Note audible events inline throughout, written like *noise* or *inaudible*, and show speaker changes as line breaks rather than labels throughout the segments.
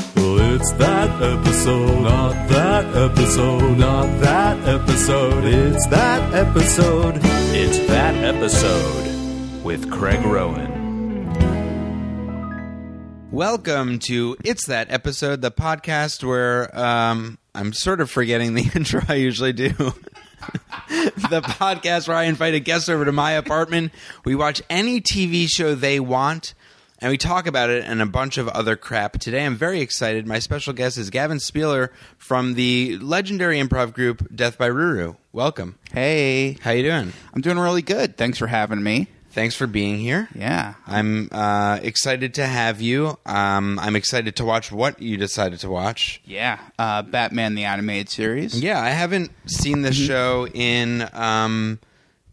It's that episode, not that episode, not that episode. It's that episode.
It's that episode with Craig Rowan.
Welcome to It's That Episode, the podcast where um, I'm sort of forgetting the *laughs* intro I usually do. the podcast where I invite a guest over to my apartment. We watch any TV show they want and we talk about it and a bunch of other crap. Today I'm very excited. My special guest is Gavin Spieler from the legendary improv group Death by Ruru. Welcome.
Hey,
How you doing?
I'm doing really good. Thanks for having me.
Thanks for being here.
Yeah.
I'm uh, excited to have you. Um, I'm excited to watch what you decided to watch.
Yeah. Uh, Batman the animated series.
Yeah, I haven't seen the show in um,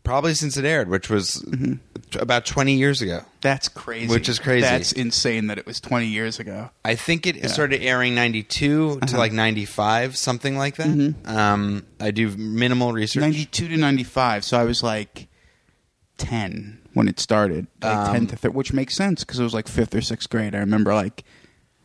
probably since it aired, which was t- about 20 years ago.
That's crazy.
Which is crazy.
That's insane that it was 20 years ago.
I think it started airing 92 to like 95, something like that. Um, I do minimal research.
92 to 95. So I was like 10 when it started. Like
Um,
10 to 30, which makes sense because it was like fifth or sixth grade. I remember like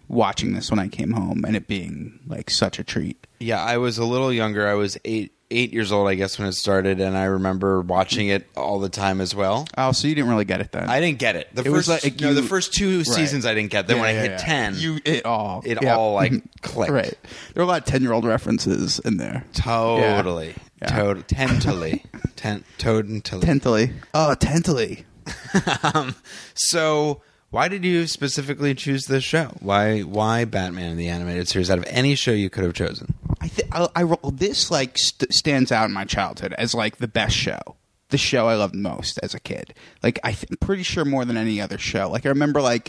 watching this when I came home and it being like such a treat.
Yeah, I was a little younger. I was eight, eight years old, I guess, when it started, and I remember watching it all the time as well.
Oh, so you didn't really get it then?
I didn't get it. The
It was
first,
like
no,
you-
the first two seasons I didn't get. Then
Yeah,
when I
yeah,
hit
yeah.
ten,
you it all
it
Yeah.
all like clicked.
*laughs* Right. There are a lot of 10 year old references in there.
Totally.
Yeah.
Tot-
*laughs*
tentally. Ten- totally.
Tentally. Oh, tentally.
so, why did you specifically choose this show? Why why Batman the animated series out of any show you could have chosen?
I, th- I, I ro- this like st- stands out in my childhood as like the best show, the show I loved most as a kid. Like I th- I'm pretty sure more than any other show. Like I remember like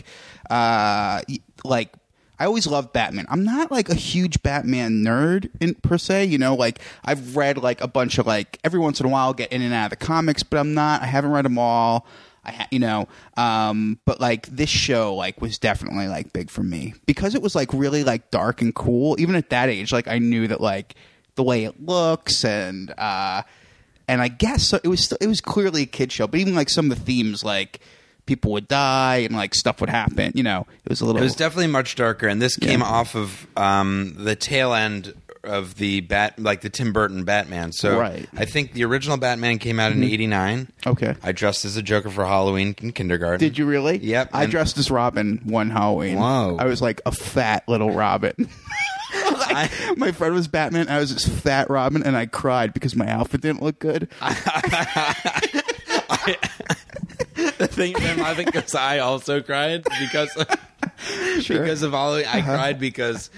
uh y- like I always loved Batman. I'm not like a huge Batman nerd in per se. You know, like I've read like a bunch of like every once in a while get in and out of the comics, but I'm not. I haven't read them all. I ha- you know, um, but like this show like was definitely like big for me because it was like really like dark and cool. Even at that age, like I knew that like the way it looks and uh, and I guess so, it was still, it was clearly a kid show, but even like some of the themes like people would die and like stuff would happen. You know, it was a little
It was definitely much darker, and this came off of um, the tail end of the bat, like the Tim Burton Batman. So,
Right. Mm-hmm.
I think the original Batman came out in '89.
Okay.
I dressed as a Joker for Halloween in kindergarten.
Did you really?
Yep,
I
and-
dressed as Robin one Halloween.
Whoa.
I was like a fat little Robin. *laughs* like, my friend was Batman. I was this fat Robin, and I cried because my outfit didn't look good.
the thing that I think because I also cried because
*laughs*
because of Halloween. I
Uh-huh.
cried because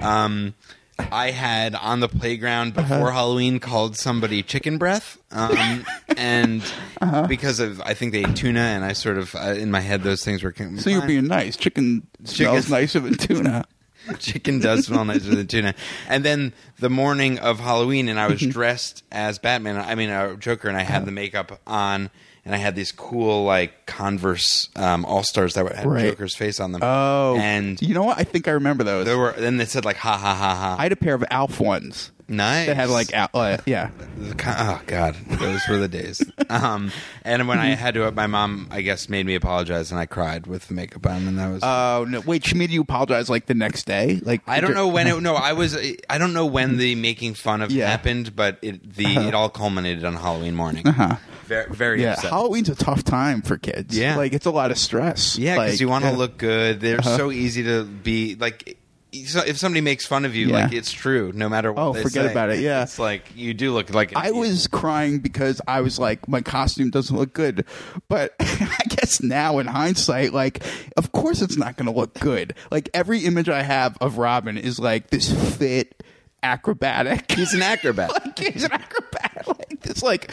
um, I had on the playground
Uh-huh.
before Halloween called somebody chicken breath, um, and
Uh-huh.
because of I think they ate tuna, and I sort of uh, in my head those things were
so you're being nice. Chicken, smells
Chicken-
nicer than tuna.
*laughs* chicken does smell nicer than tuna. And then the morning of Halloween, and I
*laughs*
was dressed as Batman. I mean, a Joker, and I had the makeup on, and I had these cool like Converse um, All Stars that had
Right.
Joker's face on them.
*laughs* Oh,
and
you know what? I think I remember those.
there were then they said like ha ha ha ha.
I had a pair of Alf ones
nice.
that had like Al- uh, yeah.
The co- oh god, those were the
*laughs*
days. Um, and when I had to, my mom I guess made me apologize, and I cried with the makeup on, and that was.
Oh no! Wait, she made you apologize like the next day. Like
I don't know when
*laughs*
it. No, I was. I don't know when the making fun of
Yeah.
happened, but it the it all culminated on Halloween morning.
Uh-huh.
Very, very
Yeah,
upset.
Halloween's a tough time for kids.
Yeah.
like it's a lot of stress.
yeah, because
Like,
you want to
yeah. Uh-huh.
look good. They're so easy to be like. so- If somebody makes fun of you,
Yeah.
like it's true, no matter what.
Oh,
they
forget
say.
about it, yeah.
it's like you do look like. an
I
idiot.
was crying because I was like, my costume doesn't look good. But *laughs* I guess now in hindsight, like, of course it's not going to look good. Like, every image I have of Robin is like this fit, acrobatic.
He's an acrobat.
*laughs* like, he's an acrobat. *laughs* Like, this, like,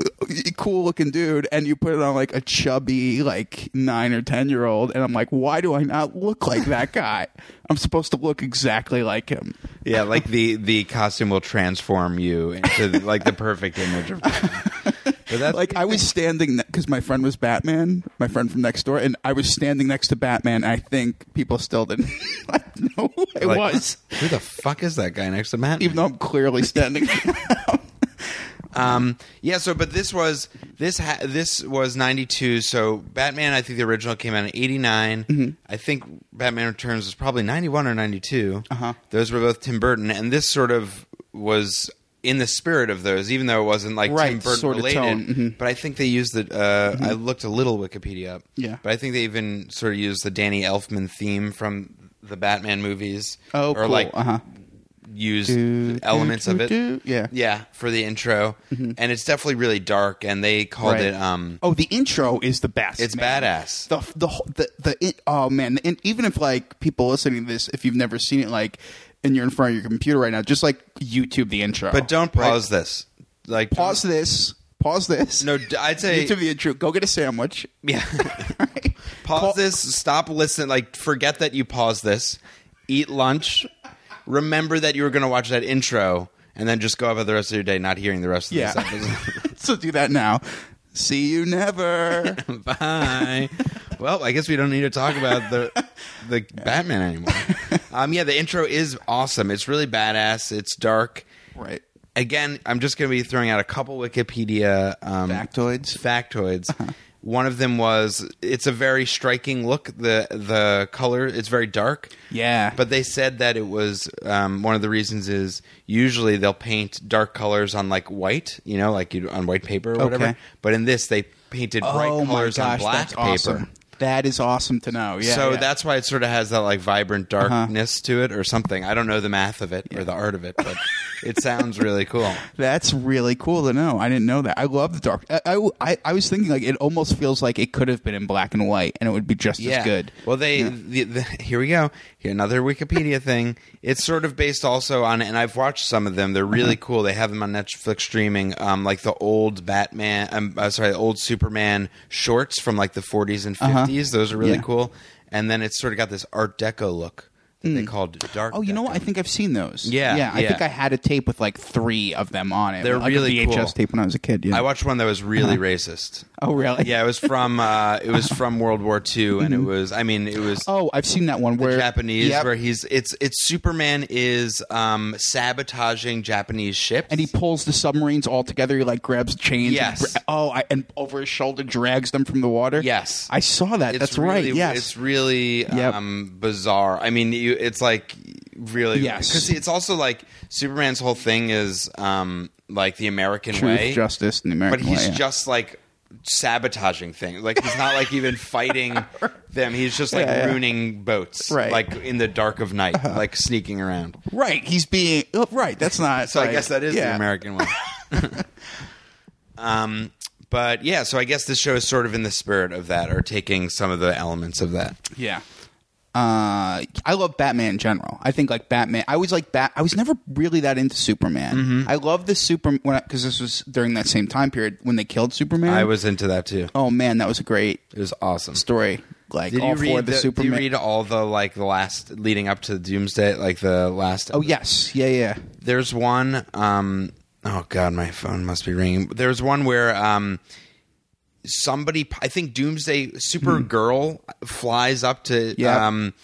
uh, cool looking dude. And you put it on, like, a chubby, like, nine or 10 year old. And I'm like, why do I not look like
*laughs*
that guy? I'm supposed to look exactly like him.
Yeah, like the the costume will transform you into like the perfect image
*laughs*
of. But that's
like I was standing because my friend was Batman, my friend from next door, and I was standing next to Batman. I think people still didn't *laughs* like, know who I
like,
was,
Who the fuck is that guy next to Matt?
even though I'm clearly standing.
Um, yeah. So, but this was this ha- this was ninety two. So Batman, I think the original came out in eighty
Mm-hmm.
I think Batman Returns was probably ninety one or ninety
Uh-huh.
Those were both Tim Burton, and this sort of was in the spirit of those, even though it wasn't like Tim
Right,
Burton
sort of
related.
tone, mhm.
But I think they used the. Uh, I looked a little Wikipedia up.
Yeah.
But I think they even sort of used the Danny Elfman theme from the Batman movies.
*laughs* Oh,
or
cool.
like
uh-huh.
used
Do,
the elements
do,
of it.
do. Yeah. Mm-hmm.
Yeah, for the intro. And it's definitely really dark and they called
Right.
it um
Oh, the intro is the best.
it's
man.
badass.
the the whole- the, the it, oh man and even if like people listening to this if you've never seen it like and you're in front of your computer right now just like youtube the intro
But don't
right?
pause this. Like
pause this pause this
No, d- I'd say
youtube the intro go get a sandwich
*laughs*
*laughs*
yeah.
right?
pause
Call-
this, stop listening, like forget that you paused this. Eat lunch. Remember that you were going to watch that intro and then just go about the rest of your day not hearing the rest of
yeah
this
*laughs*
episode.
so do that now see you never
Bye. *laughs* well, I guess we don't need to talk about the the Batman anymore. Um, yeah, the intro is awesome. It's really badass. It's dark.
right
Again, I'm just going to be throwing out a couple Wikipedia um,
factoids
factoids. One of them was it's a very striking look. The the color it's very dark.
yeah
But they said that it was um, one of the reasons is usually they'll paint dark colors on like white, you know, like you on white paper or whatever.
Okay.
But in this, they painted
oh
bright
my
colors
gosh
on black
that's
paper.
awesome that is awesome to know yeah
so
yeah. Uh-huh.
that's why it sort of has that like vibrant darkness to it or something. I don't know the math of it or the art of it,
*laughs*
but it sounds really cool.
That's really cool to know. I didn't know that. I love the dark. I, I, I- I was thinking like it almost feels like it could have been in black and white and it would be just as good.
Well, they the, the, *laughs* here we go. Here, another
*laughs*
Wikipedia thing. It's sort of based also on, and I've watched some of them. They're really
Uh-huh.
cool. They have them on Netflix streaming. Um, like the old Batman. Um, uh, sorry, the old Superman shorts from like the 40s and 50s. Those are really
Uh-huh. Yeah.
cool. And then it's sort of got this Art Deco look that they called Dark.
Oh, you know what? I
Deco.
think I've seen those.
Yeah,
yeah. I
yeah.
think I had a tape with like three of them on it.
They're
like
really
a VHS
cool.
tape when I was a kid. Yeah.
I watched one that was really racist.
oh, really?
Yeah, it was from uh, it was from World War II,
Mm-hmm.
and it was. I mean, it was
Oh, I've seen that one
the
where
Japanese,
Yep.
where he's it's it's Superman is um, sabotaging Japanese ships,
and he pulls the submarines all together. He like grabs chains.
Yes.
And, oh, I, and over his shoulder drags them from the water.
Yes.
I saw that.
It's
That's right.
really,
Yes.
it's really
Yep.
um, bizarre. I mean, you, it's like really
Yes.
because it's also like Superman's whole thing is um, like the American
Truth,
way,
justice, and the American
but he's
way, yeah.
just like sabotaging things. Like he's not like even fighting
*laughs*
them. He's just like
Yeah, yeah.
ruining boats,
Right. Uh-huh.
Like in the dark of night, like sneaking around.
right. He's being oh,
*laughs*
right. That's not.
So I
like-
guess that is the
yeah.
American one. *laughs* um, but yeah, so I guess this show is sort of in the spirit of that, or taking some of the elements of that.
Yeah. Uh, I love Batman in general. I think like Batman. I was like Bat. I was never really that into Superman.
Mm-hmm.
I love the Super when because this was during that same time period when they killed Superman.
I was into that too.
Oh man, that was a great
It was awesome.
story. Like
Did
all
you
four
read
of the,
the, did
Superman.
you read all the like the last leading up to Doomsday, like the last?
oh yes, yeah, yeah.
there's one. Um, oh god, my phone must be ringing. There's one where um, somebody, I think Doomsday, Supergirl flies up to
Yeah.
um,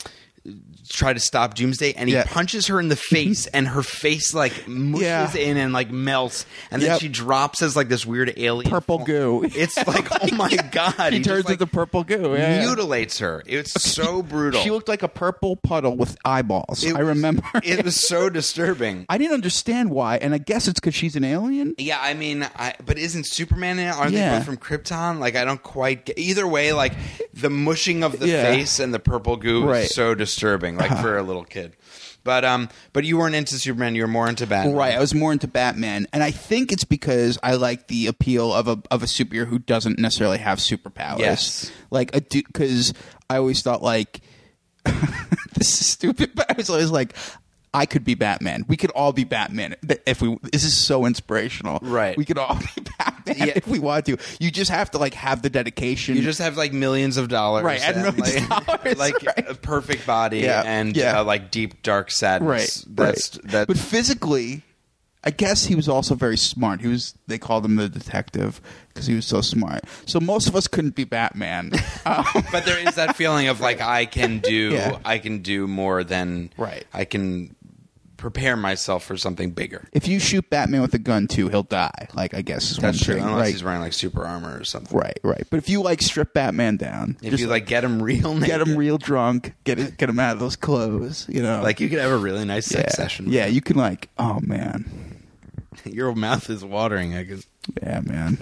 try to stop Doomsday, and he
Yeah.
punches her in the
*laughs*
face, and her face like mushes
Yeah.
in and like melts, and then
Yep.
she drops as like this weird alien
Purple
form.
goo. *laughs*
It's like, oh my god,
he
just,
turns
like,
into purple goo. Yeah, yeah.
mutilates her. It's so brutal.
She looked like a purple puddle with eyeballs.
It
I
was-
remember.
it was so disturbing.
*laughs* I didn't understand why, and I guess it's because she's an alien.
Yeah, I mean, I, but isn't Superman in it? Aren't
Yeah.
they both from Krypton? Like, I don't quite get. Either way, like, the mushing of the
Yeah.
face and the purple goo
Right.
is so disturbing, like,
*laughs*
for a little kid. But um, but you weren't into Superman. You were more into Batman.
Right, I was more into Batman, and I think it's because I like the appeal of a of a superhero who doesn't necessarily have superpowers.
Yes.
like a dude. Because I always thought like *laughs* this is stupid, but I was always like. I could be Batman. We could all be Batman if we. This is so inspirational.
Right.
We could all *laughs* be Batman
Yeah.
if we want to. You just have to like have the dedication.
You just have like millions of dollars,
Right, and millions
like,
of
*laughs*
dollars,
like
right.
a perfect body
Yeah,
and
yeah.
Uh, like deep dark
right.
sadness. That's
right.
that.
But physically, I guess he was also very smart. He was. They called him the detective because he was so smart. So most of us couldn't
*laughs*
be Batman. Um,
but there is
*laughs*
that feeling of like I can do
Yeah.
I can do more than
Right.
I can prepare myself for something bigger.
If you shoot Batman with a gun too, he'll die. Like I guess is
That's
one
true.
thing.
Unless
Like,
he's wearing like super armor or something.
Right, right. But if you like strip Batman down,
If
just
you like get him real, *laughs*
get
naked,
him real drunk, get it, get him out of those clothes, you know,
Like you could have a really nice
yeah,
sex session.
Yeah, you can like, oh man,
*laughs* your mouth is watering. I guess.
yeah, man.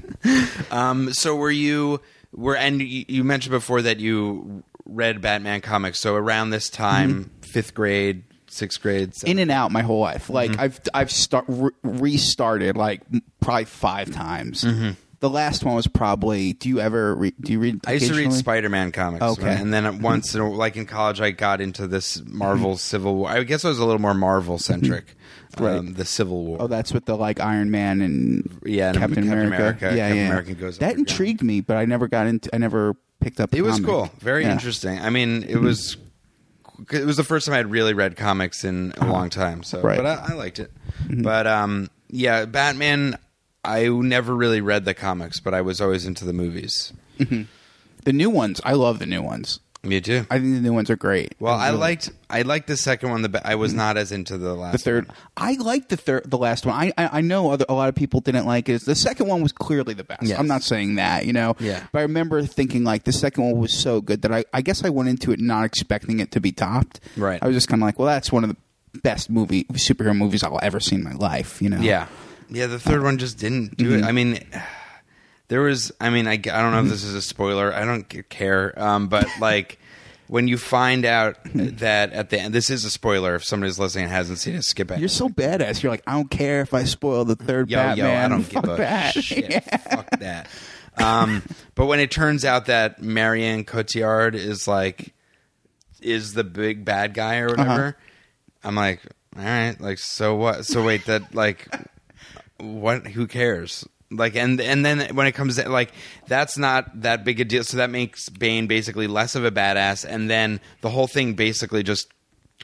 Um, so were you were and you you mentioned before that you read Batman comics. So around this time, fifth grade, sixth grade,
Mm-hmm. In and out my whole life.
Mm-hmm.
Like I've I've start re- restarted like m- probably five times.
Mm-hmm.
The last one was probably. Do you ever re- do you read?
I used to read
occasionally?
Spider Man comics.
Okay. Mm-hmm.
right? And then at once, in a- like in college, I got into this Marvel Civil War. I guess I was a little more Marvel centric.
Mm-hmm. Right.
Um, the Civil War.
Oh, that's with the like Iron Man and
Yeah, and
Captain,
Captain
America.
America.
Yeah,
Captain
yeah.
America goes
that
underground.
intrigued me, but I never got into. I never picked up. the
it was
comic.
cool. Very
Yeah.
interesting. I mean, it was. It was the first time I had really read comics in a long time. So,
Uh-huh. Right. Mm-hmm.
but I, I liked it. But um, yeah, Batman. I never really read the comics, but I was always into the movies.
The new ones, I love the new ones.
Me too.
I think the new ones are great.
well, I liked I liked the second one. The be- I was not as into the last.
Mm-hmm. the third.
one.
I liked the third, the last one. I I, I know other, a lot of people didn't like it. The second one was clearly the best.
Yes.
I'm not saying that, you know.
Yeah.
But I remember thinking like the second one was so good that I I guess I went into it not expecting it to be topped.
Right.
I was just kind of like, well, that's one of the best movie superhero movies I'll ever see in my life. You know. Mm-hmm.
Yeah. Yeah, the third one just didn't do it. I mean, there was, I mean, I, I don't know if this is a spoiler. I don't c- care. Um,
*laughs*
but, like, when you find out
Hmm.
that at the end, this is a spoiler. If somebody's listening and hasn't seen it, skip it.
You're so badass. You're like, I don't care if I spoil the third
yo,
Batman.
yo, I don't
*laughs* Fuck
give a
that. *laughs*
shit.
Yeah.
Fuck that. Um, but when it turns out that Marianne Cotillard is, like, is the big bad guy
Uh-huh.
or whatever, I'm like, all right, like, so what? So wait, that, like, what who cares like and and then when it comes to like that's not that big a deal so that makes bane basically less of a badass and then the whole thing basically just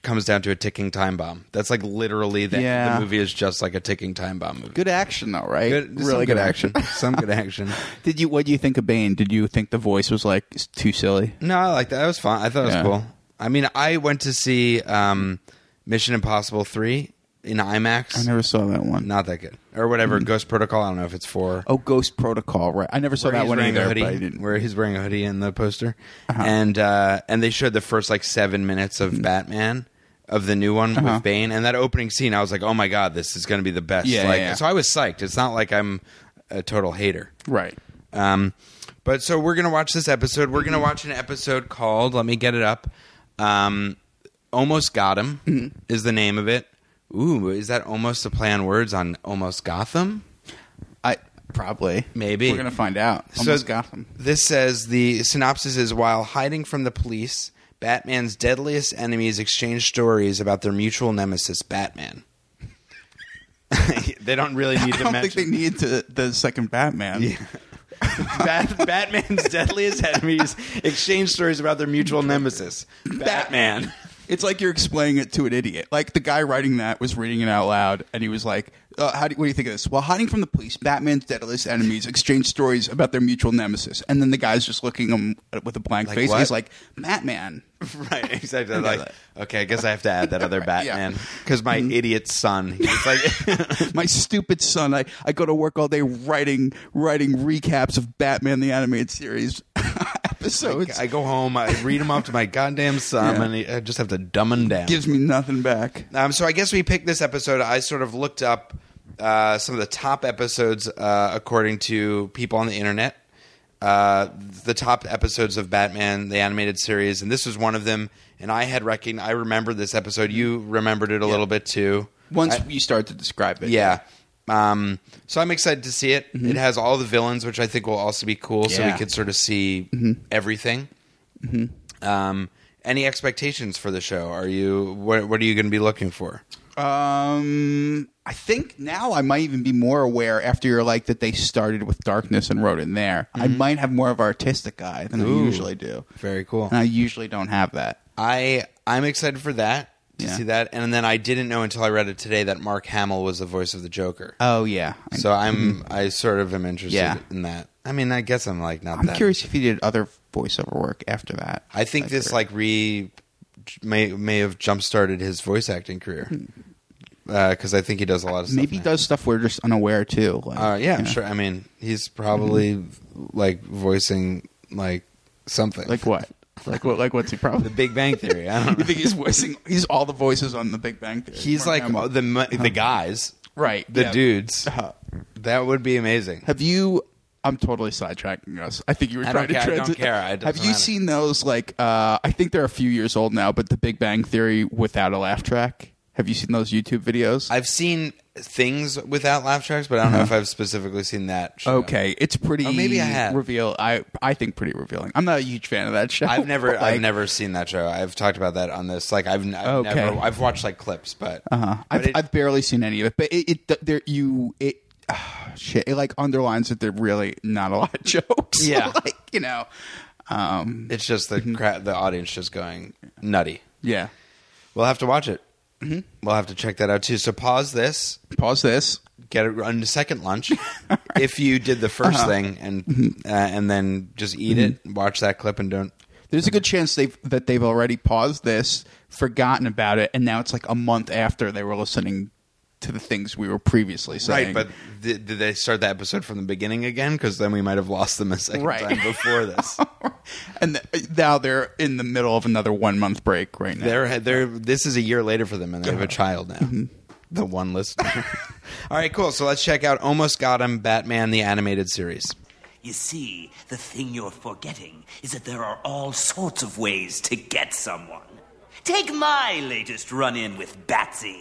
comes down to a ticking time bomb that's like literally the,
Yeah.
the movie is just like a ticking time bomb movie
Good action though, right?
Good- some some good action
Did you? What do you think of Bane? Did you think the voice was like s- too silly?
*laughs* no i like that that was fun i thought it was
Yeah.
cool i mean i went to see um mission impossible 3 in imax
I never saw that one.
not that good or whatever ghost protocol i don't know if it's for
Oh, Ghost Protocol, right? I never saw
where
that
he's
one
wearing a
either.
hoodie,
But I didn't. Uh-huh.
Where he's wearing a hoodie in the poster, and uh, and they showed the first like seven minutes of Batman of the new one
Mm. Uh-huh.
with Bane, and that opening scene, I was like, oh my god, this is going to be the best.
Yeah,
like,
yeah, yeah.
so I was psyched. It's not like I'm a total hater.
Right.
Um, but so we're gonna watch this episode. We're gonna watch an episode called "Let Me Get It Up." Um, almost got him
Mm-hmm.
is the name of it. Ooh, is that almost a play on words on almost Gotham?
I probably
Maybe.
we're gonna find out. Almost got them.
This says the synopsis is while hiding from the police, Batman's deadliest enemies exchange stories about their mutual nemesis, Batman. *laughs* they don't really *laughs* need
I
to
don't
mention
think they need to the second Batman.
*laughs* Bat- Batman's deadliest enemies exchange stories about their mutual nemesis, Batman.
It's like you're explaining it to an idiot. Like the guy writing that was reading it out loud, and he was like, uh, "How do what do you think of this?" While hiding from the police, Batman's deadliest enemies exchange stories about their mutual nemesis, and then the guy's just looking him with a blank
Like
face.
what?
He's like, "Batman."
*laughs* right, exactly.
I got
Like, okay, I guess I have to add that *laughs* other
Right, yeah.
Batman because my idiot son. *laughs* He's like,
*laughs* My stupid son. I, I go to work all day writing writing recaps of Batman the animated series *laughs*
*laughs*
episodes.
I go home, I read them off to my goddamn son,
Yeah.
and he, I just have to dumb him down.
gives me nothing back.
Um, so I guess we picked this episode. I sort of looked up uh, some of the top episodes uh, according to people on the internet. Uh, the top episodes of Batman the animated series, and this was one of them. And I had recon- I remembered this episode. You remembered it a little bit too.
Once
I-
you start to describe it,
yeah. Um, so I'm excited to see it. It has all the villains, which I think will also be cool. So we
Mm-hmm. Yeah. Mm-hmm.
could sort of see everything. Um, any expectations for the show? Are you what, what are you going to be looking for?
Um, I think now I might even be more aware after you're like that they started with darkness and wrote in there. I might have more of an artistic eye than I usually do,
Very cool.
and I usually don't have that.
I I'm excited for that to
Yeah.
see that, and then I didn't know until I read it today that Mark Hamill was the voice of the Joker.
Oh yeah, I-
so I'm I sort of am interested
Mm-hmm. Yeah.
in that. I mean, I guess I'm like not.
I'm
that.
curious if he did other voiceover work after that.
I think this like re may may have jump started his voice acting career. because I think he does a lot of stuff.
Hmm. Maybe he
now.
does stuff we're just unaware too. Like,
Uh, yeah, I'm
you know.
sure. I mean, he's probably like voicing like something
Hmm. Like what? Like what? Like what's
*laughs*
he
The
probably?
Big Bang Theory. I don't
*laughs* You
know.
think he's voicing? He's all the voices on The Big Bang Theory.
He's
Mark
like
Hamill.
the mu- the guys,
right
the
yeah.
dudes.
Uh-huh.
That would be amazing.
Have you? I'm totally sidetracking us. I think you were
I
trying
don't
to.
care, I don't
transi-
care, it doesn't
Have you
matter.
seen those? Like, uh, I think they're a few years old now, but The Big Bang Theory without a laugh track. Have you seen those YouTube videos?
I've seen things without laugh tracks, but I don't know if I've specifically seen that. show.
okay, it's pretty.
Oh, maybe I have.
reveal. I I think pretty revealing. I'm not a huge fan of that show. *laughs*
I've never,
but,
I've
like,
never seen that show. I've talked about that on this. Like, I've, I've
Okay.
never, I've watched like clips, but,
Uh-huh.
but
I've,
it-
I've barely seen any of it, but it, it there you it ah, shit it like underlines that there really not a lot of *laughs* jokes.
Yeah.
like you know, um,
it's just the crowd, the audience just going nutty.
yeah.
We'll have to watch it.
Mm-hmm.
We'll have to check that out too. So pause this,
Pause this.
get it on the second
*laughs*
lunch. If you did the 1st
Uh-huh.
thing and
Mm-hmm.
uh, and then just eat it, watch that clip, and don't.
There's a good chance they've that they've already paused this, forgotten about it, and now it's like a month after they were listening to the things we were previously saying.
but did, did they start the episode from the beginning again? Because then we might have lost them a second
Right.
time before
*laughs*
this.
*laughs* and th- now they're in the middle of another one month break right now.
They're they're this is a year later for them, and they have a
Uh-huh.
child now.
Mm-hmm.
The one
*laughs*
listener. All right, cool. So let's check out Almost Got Him, Batman the Animated Series.
You see, the thing you're forgetting is that there are all sorts of ways to get someone. Take my latest run in with Batsy.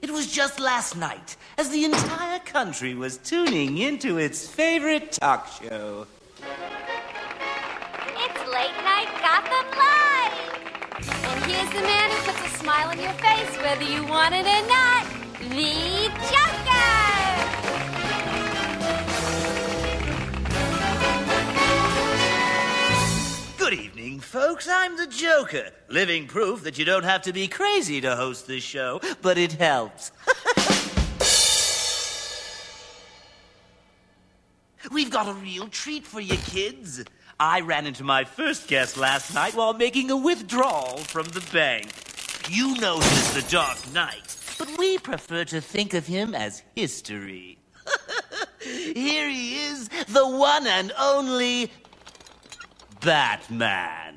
It was just last night, as the entire country was tuning into its favorite talk show.
It's late night Gotham Live! And here's the man who puts a smile on your face whether you want it or not the Joker!
Good evening, folks. I'm the Joker, living proof that you don't have to be crazy to host this show, but it helps. *laughs* We've got a real treat for you kids. I ran into my first guest last night while making a withdrawal from the bank. You know him as the Dark Knight, but we prefer to think of him as history. *laughs* Here he is, the one and only Batman.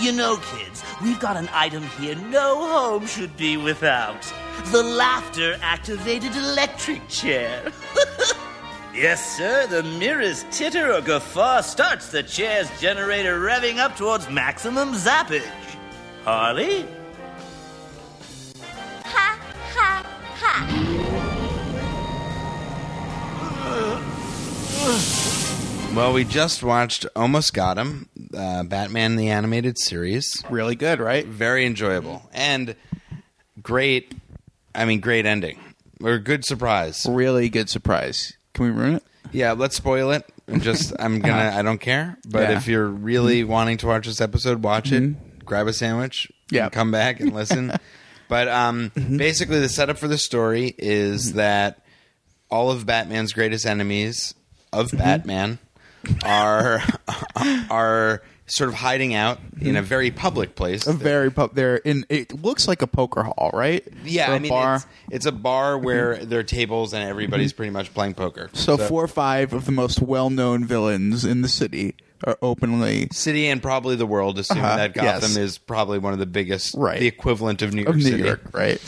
You know, kids, we've got an item here no home should be without the laughter activated electric chair. *laughs* yes, sir, the merest titter or guffaw starts the chair's generator revving up towards maximum zappage. Harley?
Ha ha ha!
Well, we just watched Almost Got Him, uh, Batman the Animated Series.
really good, right?
Very enjoyable and great. I mean, great ending or good surprise.
Really good surprise. Can we ruin it?
Yeah, let's spoil it. I'm
*laughs*
just I'm gonna I don't care. But
Uh-huh. Yeah. Mm-hmm.
if you're really wanting to watch this episode, watch it. Grab a sandwich.
Yeah. Mm-hmm.
and come back and listen.
*laughs*
but um, basically, the setup for the story is that all of Batman's greatest enemies of
Mm-hmm.
Batman are *laughs* are sort of hiding out in a very public place.
Mm-hmm. a very pub there in it looks like a poker hall right
yeah,
Or a
I mean
bar Mm-hmm.
It's, it's a bar where there are tables and everybody's pretty much playing poker.
so, four or five of the most well-known villains in the city are openly
city and probably the world, assuming
Uh-huh,
that Gotham
yes.
is probably one of the biggest,
Right.
the equivalent of New York
of new
City.
york right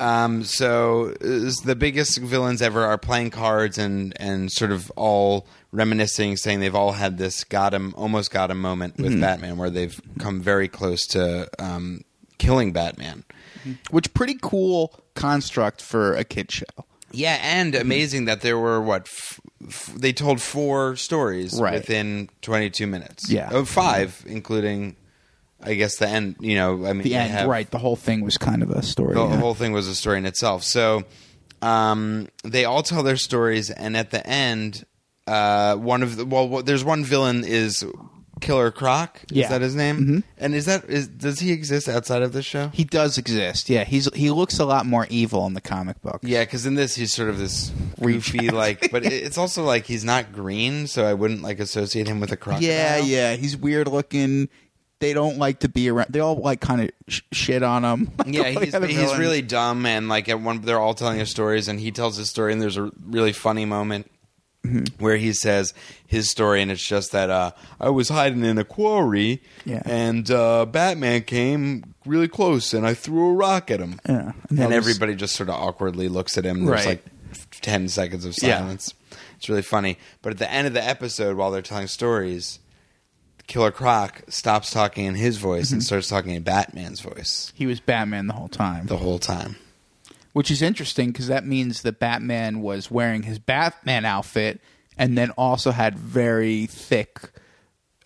Um, so is the biggest villains ever are playing cards and and sort of all reminiscing, saying they've all had this got him, almost got him moment
Mm-hmm.
with Batman, where they've come very close to um, killing Batman.
*laughs* which pretty cool construct for a kid show
Yeah, and
Mm-hmm.
amazing that there were what f- f- they told four stories
Right.
within 22 minutes.
Yeah.
oh, five, including I guess the end. You know, I mean,
the
they
end
have-
right the whole thing was kind of a story
The
yeah.
whole thing was a story in itself. So um, they all tell their stories, and at the end, uh, one of the well, there's one villain is Killer Croc.
Yeah.
Is that his name? Mm-hmm. And is that is does he exist outside of this show?
He does exist. Yeah, he's he looks a lot more evil in the comic book.
Yeah, because in this he's sort of this goofy like, but it- it's also like he's not green, so I wouldn't like associate him with a crocodile.
Yeah, yeah, he's weird looking. They don't like to be around. They all like kind of sh- shit on him. *laughs*
Yeah, he's, he's really dumb, and like at one, they're all telling their stories, and he tells his story, and there's a really funny moment
Mm-hmm.
where he says his story, and it's just that uh, I was hiding in a quarry,
Yeah.
and uh, Batman came really close, and I threw a rock at him,
Yeah, and
and,
that was-
everybody just sort of awkwardly looks at him. There's
Right.
like ten seconds of
Yeah.
silence. It's really funny, but at the end of the episode, while they're telling stories. Killer Croc stops talking in his voice
Mm-hmm.
and starts talking in Batman's voice
He was Batman the whole time,
the whole time.
which is interesting because that means that Batman was wearing his Batman outfit and then also had very thick,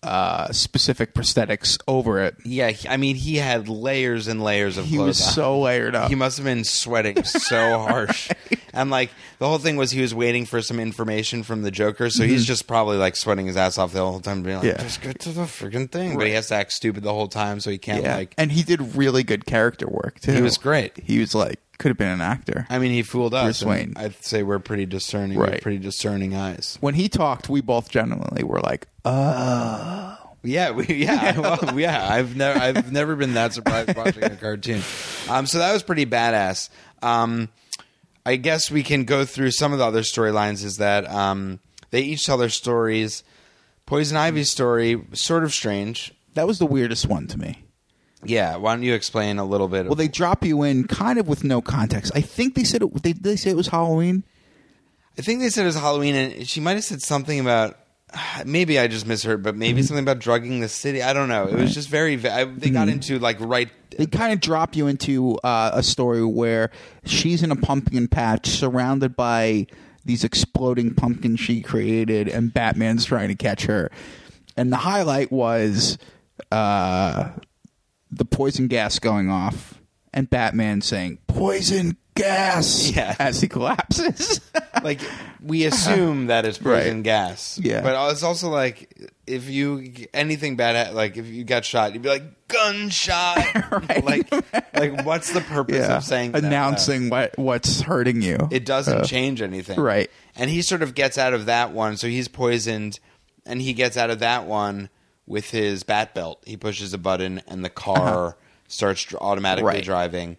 uh, specific prosthetics over it.
Yeah, he- I mean, he had layers and layers of
He
clothes
was
on.
so layered up.
He must have been
*laughs*
sweating so harsh. And like the whole thing was he was waiting for some information from the Joker, so he's just probably like sweating his ass off the whole time, being like,
Mm-hmm. Yeah.
just get to the freaking thing. But he has to act stupid the whole time, so he can't
yeah,
like.
and he did really good character work too.
He was great.
He was like could have been an actor.
I mean, he fooled us.
Bruce
and
Wayne.
I'd say we're pretty discerning. Right.
Right.
pretty discerning eyes.
when he talked, we both genuinely were like, "Uh, "Oh,
Yeah, we,
*laughs*
yeah, *laughs* well, yeah. I've never, I've never been that surprised watching a cartoon. Um, so that was pretty badass. Um, I guess we can go through some of the other storylines. Is that um, they each tell their stories. Poison Ivy's story sort of strange.
that was the weirdest one to me."
Yeah, why don't you explain a little bit? of-
Well, they drop you in kind of with no context. I think they said it. They, did they say it was Halloween.
I think they said it was Halloween, and she might have said something about. *sighs* Maybe I just misheard, but maybe
Mm-hmm.
something about drugging the city. I don't know. It was just very. va- I, they
Mm-hmm.
got into like right.
They kind of drop you into uh, a story where she's in a pumpkin patch surrounded by these exploding pumpkins she created, and Batman's trying to catch her. And the highlight was uh, the poison gas going off, and Batman saying "poison gas"
Yeah.
as
*laughs*
he collapses.
like we assume that it's poison
Right.
gas.
Yeah.
But it's also like if you anything bad ha- like if you got shot, you'd be like gunshot.
*laughs* Right.
Like like what's the purpose of saying that? uh,
announcing what what's hurting you.
It doesn't change anything.
Uh, right.
And he sort of gets out of that one, so he's poisoned and he gets out of that one with his bat belt. He pushes a button and the car starts dr- automatically
Uh-huh. Right.
driving.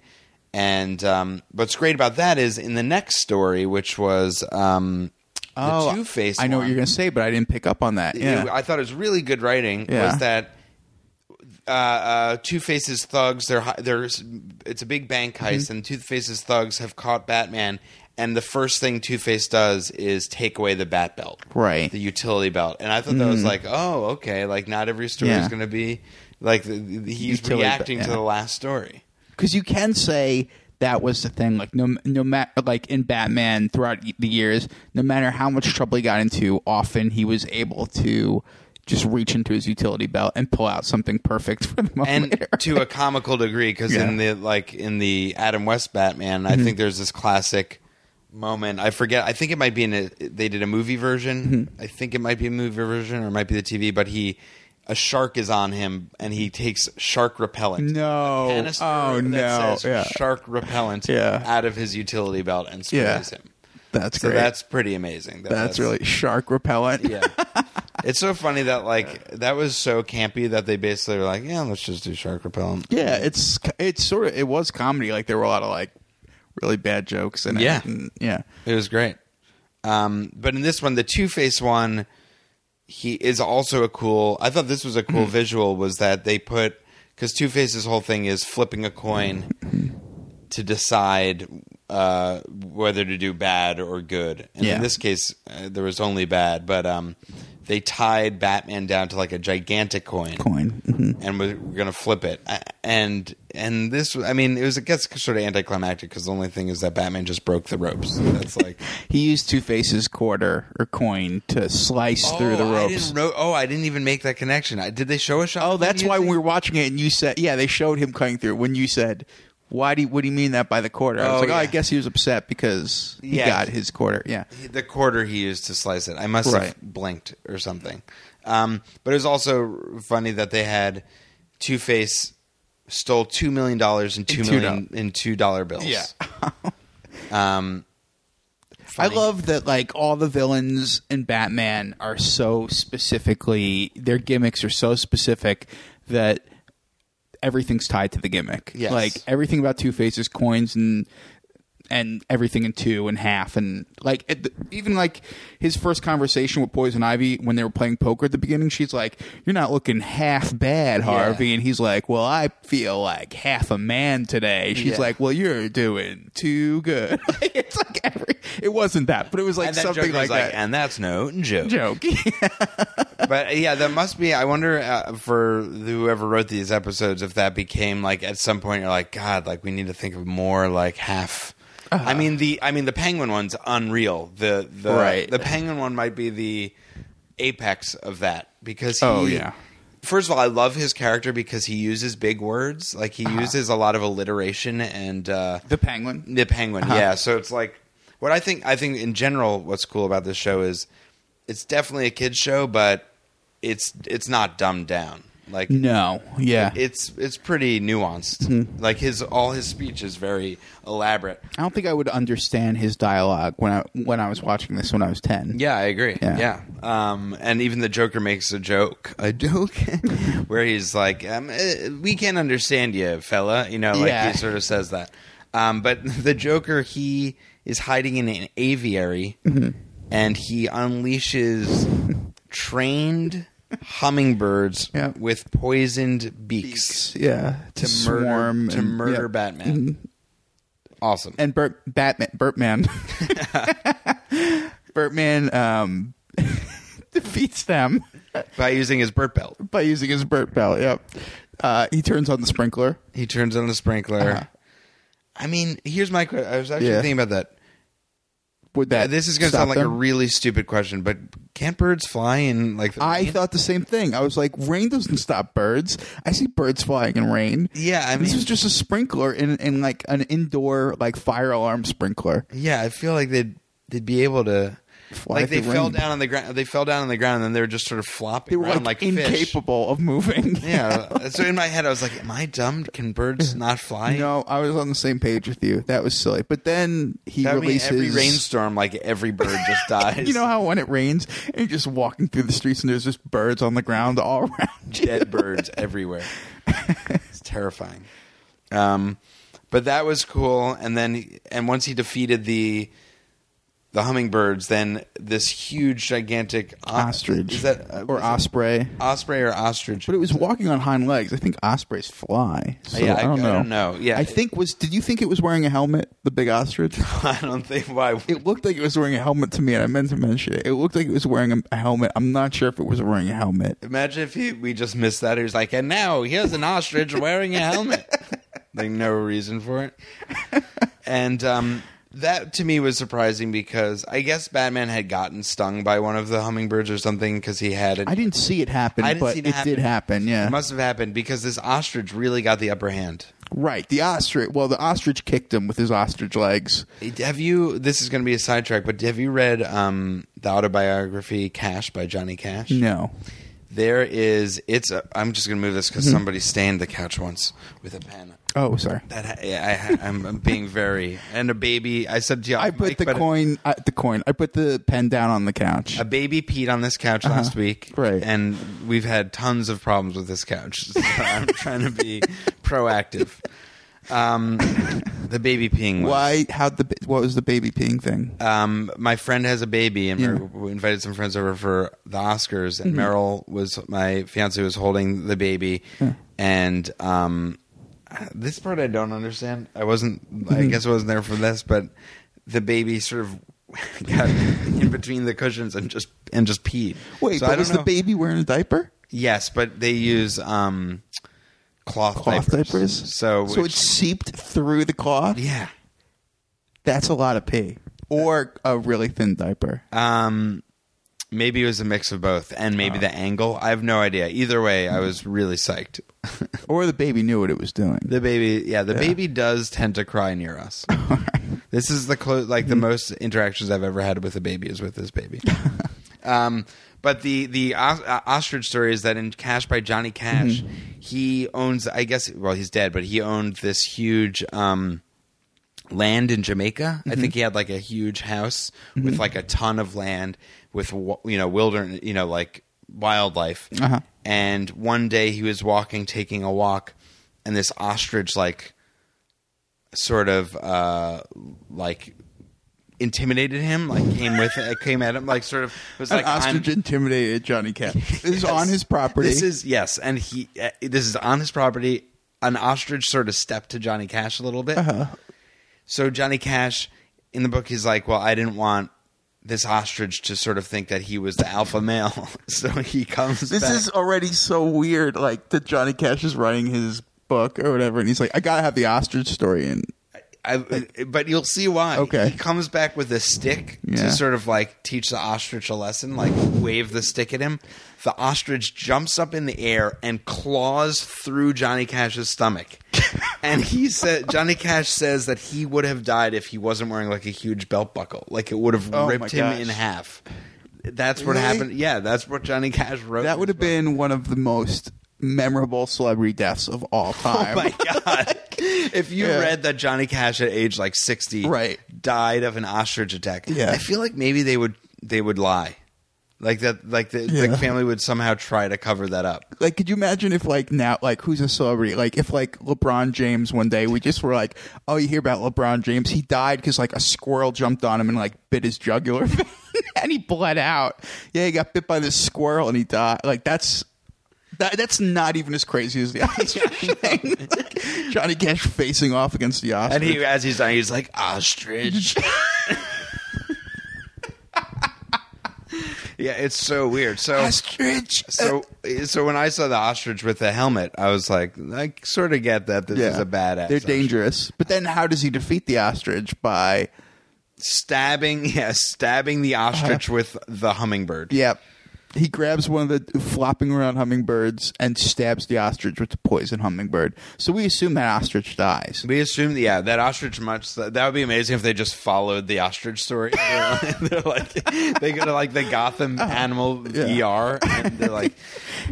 And um, what's great about that is in the next story, which was um, the Two Face.
Oh, I know what you're going to say, but I didn't pick up on that. Yeah.
I thought it was really good writing.
Yeah.
Was that uh, uh, Two Face's thugs? They're hi- they're it's a big bank
Mm-hmm.
heist, and Two Face's thugs have caught Batman. And the first thing Two Face does is take away the bat belt,
Right. Mm-hmm.
The utility belt. And I thought that was like, oh, okay, like not every story is
Yeah.
going to be like the, the- he's
Utility belt,
reacting to
yeah.
the last story.
because you can say that was the thing. Like no, no matter like in Batman throughout the years, no matter how much trouble he got into, often he was able to just reach into his utility belt and pull out something perfect for the moment. *laughs*
and to a comical degree because in the like in the adam west batman
Mm-hmm.
i think there's this classic moment i forget i think it might be in a they did a movie version
Mm-hmm.
i think it might be a movie version or it might be the tv but he a shark is on him and he takes shark repellent
No.
A canister
Oh,
that
no.
says
Yeah.
shark repellent
Yeah.
out of his utility belt and sprays
Yeah.
him
that's
so
great.
that's pretty amazing That-
that's really shark repellent.
*laughs* yeah it's so funny that like that was so campy that they basically were like yeah let's just do shark repellent
Yeah, it's it's sort of it was comedy. Like there were a lot of like really bad jokes in it.
Yeah.
and, yeah.
It was great. Um, but in this one, the Two Face one, he is also a cool. I thought this was a cool visual. Was that they put because Two Face's whole thing is flipping a coin to decide uh, whether to do bad or good. And
Yeah.
in this case, uh, there was only bad. But um, they tied Batman down to like a gigantic coin
Coin. Mhm.
and we're, we're gonna flip it. I- And and this, I mean, it was I guess sort of anticlimactic because the only thing is that Batman just broke the ropes. That's like
He used Two Face's quarter or coin to slice through the
Oh, I
ropes.
didn't know- oh, I didn't even make that connection. I, did they show a shot? of
Oh,
him
that's why
using-
we were watching it, and you said, "Yeah, they showed him cutting through." When you said, Why do you, what do you mean that by the quarter? I was
Oh,
like, oh, I
yeah.
guess he was upset because he
Yeah.
got his quarter. Yeah.
the quarter he used to slice it. I must have
Right.
blinked or something. Um, but it was also funny that they had Two Face stole two million dollars in two
two
million in two dollar bills.
Yeah.
*laughs* um,
I love that like all the villains in Batman are so specifically their gimmicks are so specific that everything's tied to the gimmick.
Yes.
Like everything about Two Faces coins and and everything in two and half and like at the, even like his first conversation with Poison Ivy when they were playing poker at the beginning she's like you're not looking half bad Harvey and he's like well I feel like half a man today she's
Yeah.
like well you're doing too good *laughs* Like, it's like every it wasn't that but it was like
and then
something
Joker's
like, that
and that's no joke.
*laughs* joke
but yeah, that must be. I wonder uh, for whoever wrote these episodes if that became like at some point you're like, God, like we need to think of more like half.
Uh-huh.
I mean the I mean the penguin one's unreal. The the
Right.
the penguin one might be the apex of that because he,
Oh, yeah.
First of all, I love his character because he uses big words. Like he
Uh-huh.
uses a lot of alliteration and uh,
the penguin
the penguin, yeah. So it's like what I think. I think in general, what's cool about this show is it's definitely a kids show, but it's it's not dumbed down. Like
no yeah
it's it's pretty nuanced. Like his all his speech is very elaborate.
I don't think I would understand his dialogue when I when I was watching this when I was 10
Yeah, I agree. Yeah,
Yeah.
Um, and even the Joker makes a joke, a *laughs* joke, where he's like, um, eh, "We can't understand you, fella." You know, like
Yeah.
he sort of says that. Um, but *laughs* the Joker, he is hiding in an aviary, and he unleashes trained hummingbirds
Yeah.
with poisoned beaks,
yeah to, swarm
murder to
and-
murder
yeah.
Batman. Awesome.
and Bert Batman Bertman *laughs* Bertman um, *laughs* defeats them
By using his Burt belt,
by using his Bert belt. Yep, uh, he turns on the sprinkler.
He turns on the sprinkler. Uh-huh. I mean, here's my question. I was actually
Yeah.
thinking about that. Uh,
Would that
This is going to
stop
sound like a
them?
really stupid question, but can't birds fly in like the
I
rain?
thought the same thing. I was like, rain doesn't stop birds. I see birds flying in rain.
Yeah, I
this
mean-
was just a sprinkler in, in like an indoor like fire alarm sprinkler.
Yeah, I feel like they'd they'd be able to.
Fly
like they
through
fell
rain.
down on the ground. They fell down on the ground, and then they were just sort of flopping
They were
around
like,
like, fish.
incapable of moving. *laughs*
Yeah. so in my head, I was like, "Am I dumb? Can birds not fly?"
No, I was on the same page with you. That was silly. But then he
That would mean
releases
every rainstorm, like every bird just dies.
*laughs* You know how when it rains and you're just walking through the streets and there's just birds on the ground all *laughs* around
*laughs*
you.
dead birds everywhere. It's terrifying. Um, but that was cool. And then, and once he defeated the the hummingbirds, then this huge, gigantic o-
Ostrich
is that uh,
or
is it
osprey,
osprey or ostrich?
but it was walking on hind legs. I think ospreys fly. So
Uh, Yeah, I-
I, don't
I
know.
don't know. Yeah.
I think was. Did you think it was wearing a helmet? The big ostrich.
*laughs* I don't think why.
It looked like it was wearing a helmet to me, and I meant to mention it. It looked like it was wearing a- a helmet. I'm not sure if it was wearing a helmet.
Imagine if he, we just missed that. He was like, and now here's an ostrich wearing a helmet.
*laughs*
like, no reason for it. And um, that to me was surprising because I guess Batman had gotten stung by one of the hummingbirds or something because he had it.
I didn't see it happen,
I didn't
but
see it
it
happen.
did happen. Yeah,
It must have happened because this ostrich really got the upper hand.
Right. The ostrich. Well, the ostrich kicked him with his ostrich legs.
Have you? This is going to be a sidetrack, but have you read um, the autobiography "Cash" by Johnny Cash?
No.
There is. It's. A, I'm just going to move this
Mm-hmm.
because somebody stained the couch once with a pen.
Oh, sorry.
That I, I, I'm, I'm being very and a baby. I said to you,
I put the coin. I, the coin. I put the pen down on the couch.
A baby peed on this couch last week,
Uh-huh. Right.
And we've had tons of problems with this couch. *laughs* So I'm trying to be proactive. Um, the baby peeing. Was,
Why? How the? ba- What was the baby peeing thing?
um, my friend has a baby, and
Yeah. Mm-hmm.
we're- we invited some friends over for the Oscars. And Meryl was my fiance was holding the baby, and um, this part I don't understand. I wasn't. I
Mm-hmm.
guess I wasn't there for this, but the baby sort of *laughs* got in between the cushions and just and just peed.
Wait,
So I
but
don't
was
know-
the baby wearing a diaper?
Yes, but they use um, cloth
Cloth
diapers.
diapers.
So
so it
which-
seeped through the cloth.
yeah. Uh,
That's a lot of pee. Or a really thin diaper.
Um, Maybe it was a mix of both, and maybe the angle. I have no idea. Either way, I was really psyched.
Or the baby knew what it was doing.
The baby, yeah, the baby does tend to cry near us. this is the clo- like the most interactions I've ever had with a baby is with this baby. um, but the the os- uh, ostrich story is that in Cash by Johnny Cash, he owns. I guess well, he's dead, but he owned this huge. Um, land in Jamaica. I
Mm-hmm.
think he had like a huge house with like a ton of land with wa- you know wilderness, you know like wildlife.
Uh-huh.
And one day he was walking, taking a walk, and this ostrich like sort of uh like intimidated him like came with uh, came at him like sort of was
An
like I'm-
ostrich intimidated Johnny
*laughs*
Cash. This is on
Yes.
his property.
This is yes, and he uh, this is on his property. An ostrich sort of stepped to Johnny Cash a little bit.
Uh-huh.
So Johnny Cash in the book he's like, "Well, I didn't want this ostrich to sort of think that he was the alpha male." *laughs* so he comes
this
back.
is already so weird. Like that Johnny Cash is writing his book or whatever, and he's like, I gotta have the ostrich story in.
I, but you'll see why.
Okay.
He comes back with a stick
Yeah.
to sort of like teach the ostrich a lesson, like wave the stick at him. The ostrich jumps up in the air and claws through Johnny Cash's stomach.
*laughs*
and he said, Johnny Cash says that he would have died if he wasn't wearing like a huge belt buckle. Like it would have
Oh my
ripped him
gosh.
in half. That's what
Really?
happened. Yeah, that's what Johnny Cash wrote.
That would have been one of the most memorable celebrity deaths of all time.
Oh *laughs* my god! if you
Yeah.
read that Johnny Cash at age like sixty,
Right.
died of an ostrich attack,
Yeah.
I feel like maybe they would they would lie, like that, like the,
Yeah.
the family would somehow try to cover that up.
Like, could you imagine if, like, now, like, who's a celebrity? Like, if, like, LeBron James one day, we just were like, oh, you hear about LeBron James? He died because, like, a squirrel jumped on him and, like, bit his jugular *laughs* vein and he bled out. Yeah, he got bit by this squirrel and he died. Like, that's. That, that's not even as
*laughs*
crazy as the *laughs* ostrich thing. Like, Johnny Cash facing off against the ostrich.
And he, as he's dying, he's like ostrich.
*laughs*
yeah, it's so weird. So *laughs*
ostrich.
so
uh,
so when I saw the ostrich with the helmet, I was like, I sort of get that this is a badass.
They're
ostrich.
dangerous. But then how does he defeat the ostrich? By
stabbing, *laughs* yeah, stabbing the
Uh-huh.
ostrich with the hummingbird.
yep. He grabs one of the flopping around hummingbirds and stabs the ostrich with the poison hummingbird. So we assume that ostrich dies.
We assume, yeah, that ostrich much. That would be amazing if they just followed the ostrich story. *laughs* They're, like, they go to like the Gotham
Uh-huh.
Animal ER, and they're like,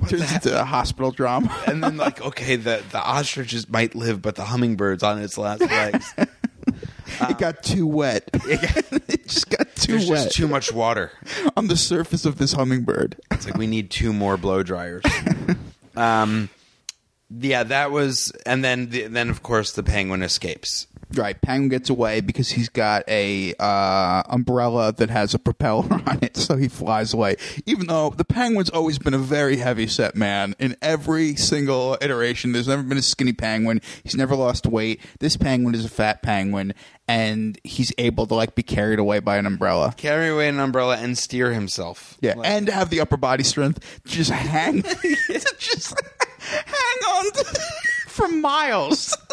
Turns into a hospital drama. *laughs*
and then like, okay, the the ostriches might live, but the hummingbird's on its
*laughs*
last legs. Uh-huh.
it got
*laughs*
too wet. *laughs* it just got too
There's
wet
just too much water.
on the surface of this hummingbird.
It's like we need two more blow
*laughs*
dryers. um, yeah, that was, and then the, then of course the penguin escapes.
Right, Penguin gets away because he's got a uh, umbrella that has a propeller *laughs* on it, so he flies away. Even though the Penguin's always been a very heavy set man in every single iteration, there's never been a skinny Penguin. He's never lost weight. This Penguin is a fat Penguin, and he's able to like be carried away by an umbrella.
Carry away an umbrella and steer himself.
Yeah,
Like-
and to have the upper body strength to *laughs* just hang, to *laughs* just hang on to- *laughs* for miles *laughs*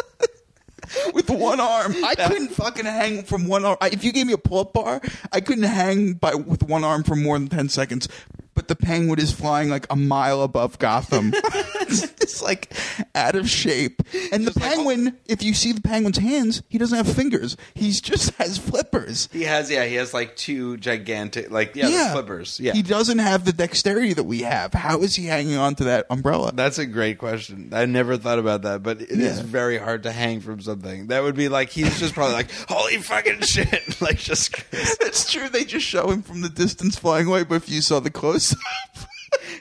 with one arm. I couldn't fucking hang from one arm. I, if you gave me a pull-up bar, I couldn't hang by with one arm for more than ten seconds. But the penguin is flying like a mile above *laughs* Gotham. it's, it's, like out of shape. And the penguin, if you see the penguin's hands, he doesn't have fingers. He's just *laughs* has flippers.
He has, yeah, he has like two gigantic, like yeah, the flippers. Yeah,
He doesn't have the dexterity that we have. How is he hanging on to that umbrella? *laughs*
that's a great question. I never thought about that, but it is
Yeah.
very hard to hang from something. That would be like he's just probably like, *laughs* holy fucking shit, *laughs* like just.
That's true. They just show him from the distance flying away, but if you saw the *laughs* close up,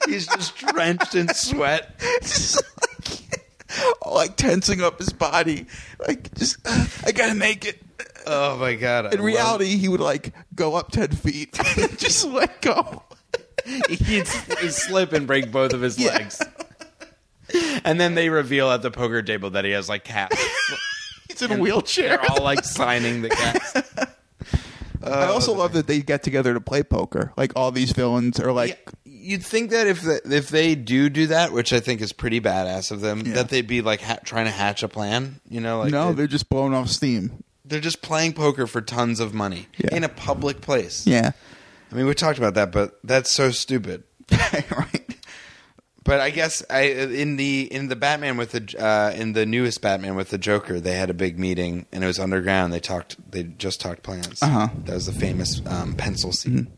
He's just drenched in sweat.
just like, like tensing up his body. Like, just, uh, I gotta make it.
Oh my god! I
In
love-
reality, he would like go up 10 feet *laughs* and just let go.
*laughs* he'd, he'd slip and break both of his legs. And then they reveal at the poker table that he has like *laughs* cats.
He's in a wheelchair.
They're all like signing the *laughs* cats.
I also love that they get together to play poker. Like, all these villains are like,
You'd think that if the, if they do do that, which I think is pretty badass of them,
Yeah.
that they'd be like ha- trying to hatch a plan. You know, like
no,
they-
they're just blowing off steam.
they're just playing poker for tons of money
Yeah.
in a public place.
Yeah. *laughs*
I mean, we talked about that, but that's so stupid.
right.
But I guess I in the in the Batman with the uh, in the newest Batman with the Joker, they had a big meeting and it was underground. They talked. They just talked plans.
Uh-huh.
That was the famous um, pencil scene.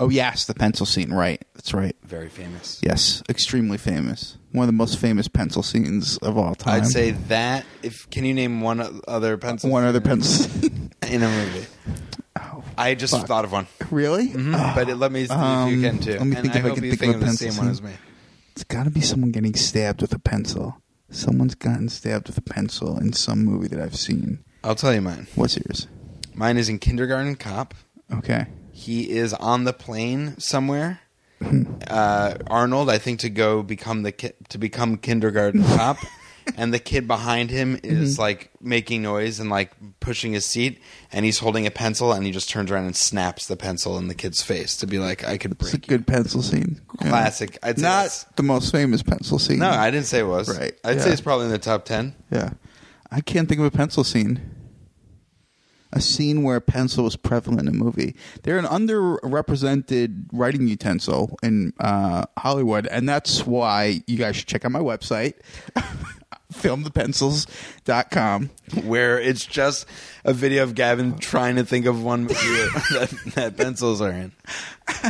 Oh yes, the pencil scene. Right. That's right.
Very famous.
Yes, extremely famous. One of the most famous pencil scenes of all time.
I'd say that. If can you name one o- other pencil?
Um, *laughs* one
scene
other
*laughs*
Oh, pencil. scene. *laughs*
in a movie. I just thought of one,
really? Ah,
but it, let me see if you
Mm. Um,
can too.
let me
and
think
I
if I
hope
can
you
think
think
of
of the
a pencil
same one
scene.
as me.
It's got to be someone getting stabbed with a pencil. Someone's gotten stabbed with a pencil in some movie that I've seen.
I'll tell you mine.
What's yours?
Mine is in Kindergarten Cop.
Okay.
He is on the plane somewhere.
Hmm.
Uh, Arnold, I think, to go become the ki- to become
*laughs*
kindergarten cop, and the kid behind him
Mm-hmm.
is like making noise and like pushing his seat, and he's holding a pencil, and he just turns around and snaps the pencil in the kid's face to be like, "I could
It's a
break." you."
good pencil scene. *laughs* Yeah.
Classic. I'd say
Not
that's-
the most famous pencil scene.
No, I didn't say it was.
Right,
I'd
yeah.
say it's probably in the top ten.
Yeah. I can't think of a pencil scene. A scene where a pencil was prevalent in a movie. They're an underrepresented writing utensil in uh, Hollywood, and that's why you guys should check out my website, *laughs* filmthepencils.com.
where it's just a video of Gavin trying to think of
*laughs*
one movie *laughs* that, that pencils are in.
*laughs*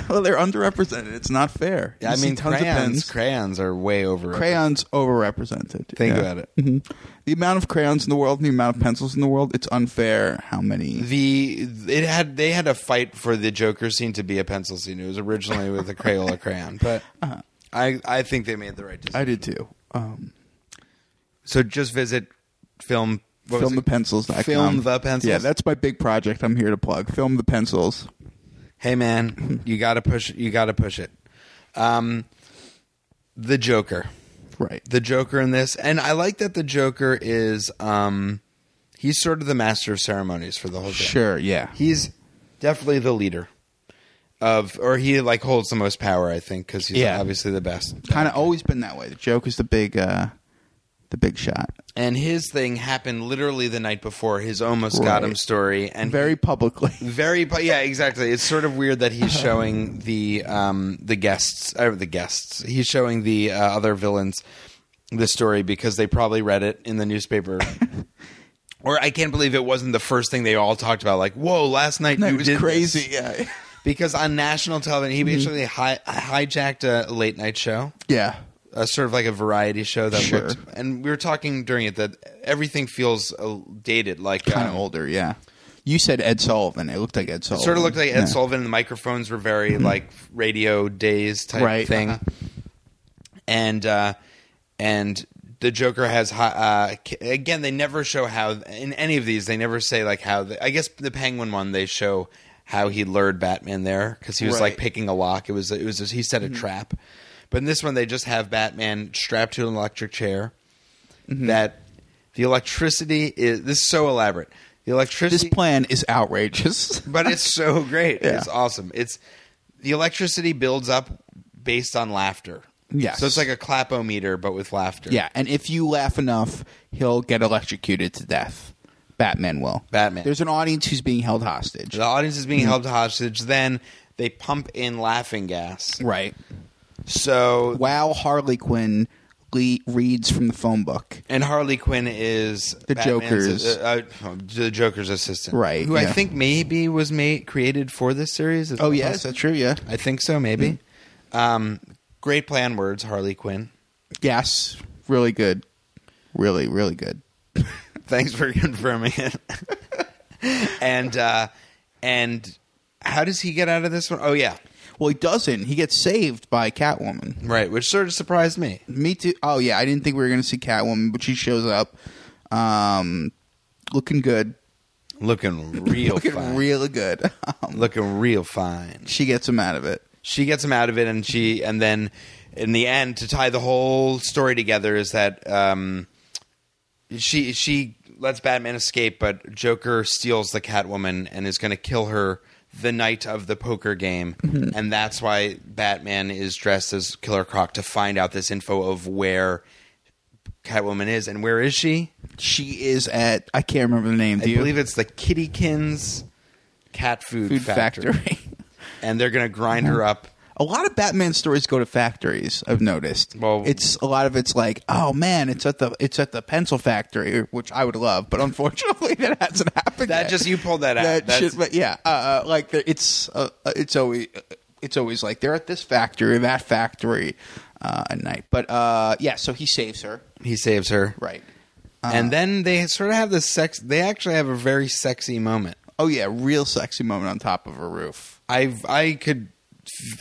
Well, they're underrepresented. It's not fair. You
I
see
mean,
tons of
crayons.
pens.
Crayons are way over.
crayons overrepresented.
Think
Yeah.
about it.
The amount of crayons in the world and the amount of pencils in the world, it's unfair how many.
The it had they had a fight for the Joker scene to be a pencil scene. It was originally with a Crayola crayon, but I I think they made the right decision.
I did too. Um,
so just visit film. What was
film
it?
the pencils. dot com.
Film the pencils.
Yeah, that's my big project. I'm here to plug. Film the pencils.
hey man, you gotta push. You gotta push it. Um, the Joker.
Right.
the Joker in this, and I like that the Joker is um he's sort of the master of ceremonies for the whole thing.
Sure. Yeah.
He's definitely the leader of or he like holds the most power, I think, cuz he's
Yeah.
obviously the best.
kind of always been that way. The joke is the big, uh, the big shot.
And his thing happened literally the night before his almost got
Right.
him story and
Very
*laughs*
publicly.
very but yeah exactly it's sort of weird that
*laughs*
he's showing the um the guests or the guests he's showing the uh, other villains the story because they probably read it in the
*laughs*
newspaper or i can't believe it wasn't the first thing they all talked about like whoa last night
No,
you
it was
did this."
crazy. Yeah.
because on national television he basically hi- hijacked a late night show
*laughs* Yeah.
a sort of like a variety show that
Sure.
looked and we were talking during it that everything feels uh, dated like
Kind of
um,
older. Yeah. You said Ed Sullivan. It looked like Ed Sullivan.
sort of looked like Ed
Yeah.
Sullivan. The microphones were very like radio days type
Right.
thing,
Uh-huh.
and uh, and the Joker has hi- uh, ca- again. They never show how in any of these. They never say like how. The, I guess the Penguin one they show how he lured Batman there because he was
Right. Mm-hmm.
like picking a lock. It was it was he set a trap, but in this one they just have Batman strapped to an electric chair
Mm-hmm.
that. The electricity is this is so elaborate. The
This
electricity
plan is outrageous. *laughs*
but it's so great.
Yeah.
It's awesome. It's the electricity builds up based on laughter.
Yes.
So it's like a clapometer, but with laughter.
Yeah, and if you laugh enough, he'll get electrocuted to death. Batman will.
Batman.
There's an audience who's being held hostage.
The audience is being
Mm-hmm.
held hostage. Then they pump in laughing gas.
Right.
So
Wow, Harley Quinn le- reads from the phone book.
and Harley Quinn is
The
Batman's-
Joker's-
uh, uh, the Joker's assistant,
Right,
Who I
yeah.
think maybe was made created for this series. Is
Oh,
that
yes,
possible?
that's Mm-hmm. true, yeah.
I think so. Maybe. Um, great plan words, Harley Quinn.
Yes, really good. Really, really good.
Thanks for *laughs* confirming it. and uh and how does he get out of this one? Oh yeah.
Well, he doesn't. He gets saved by Catwoman.
Right, which sort of surprised me.
Me too. Oh, yeah, I didn't think we were going to see Catwoman, but she shows up um, looking good.
Looking real
Looking
fine.
really *laughs* good. Um,
looking real fine.
she gets him out of it.
She gets him out of it and she and then in the end to tie the whole story together is that um she she lets Batman escape but Joker steals the Catwoman and is going to kill her the night of the poker game and that's why Batman is dressed as Killer Croc to find out this info of where Catwoman is and where is she?
She is at, I can't remember the name. Do
I
you?
believe it's the Kittykins Cat Food,
Food
Factory. Mm-hmm.
Factory. *laughs*
and they're going to grind her up.
A lot of Batman stories go to factories. I've noticed.
Well-
it's a lot of it's like, oh man, it's at the it's at the pencil factory, which I would love, but unfortunately *laughs* that hasn't happened.
That
yet.
just you pulled that out.
That
That's-
shit, but yeah, uh, uh, like there, it's uh, uh, it's always it's always like they're at this factory, that factory, uh, at night. But uh, yeah, so he saves her,
He saves her,
right?
and then they sort of have this sex. They actually have a very sexy moment.
Oh yeah, real sexy moment on top of a roof.
I I could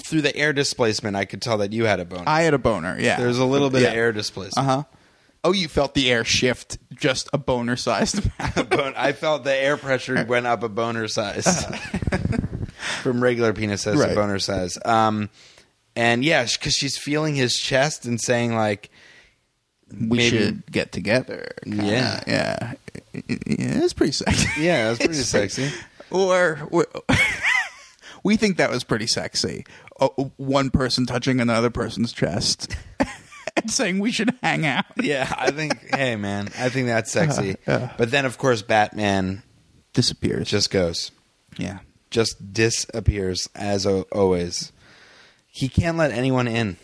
through the air displacement, I could tell that you had a bone.
I had a boner. Yeah,
There's a little bit
Yeah.
of air displacement.
Uh huh. Oh, you felt the air shift, just a boner sized
*laughs*
amount.
Bone- I felt the air *laughs* pressure went up a boner size *laughs* from regular penis size to
Right.
boner size. Um, and yeah, because she's feeling his chest and saying like,
we
Maybe-
should get together. kinda.
Yeah.
yeah, yeah. It's pretty sexy.
"Yeah, that's *laughs* pretty
It's
sexy."
Or we- *laughs* we think that was pretty sexy. Oh, one person touching another person's chest *laughs* and saying we should hang out.
Yeah, I think. hey, man, I think that's sexy. But then, of course, Batman
Disappears.
just goes,
yeah.
just disappears as o- always. He can't let anyone in.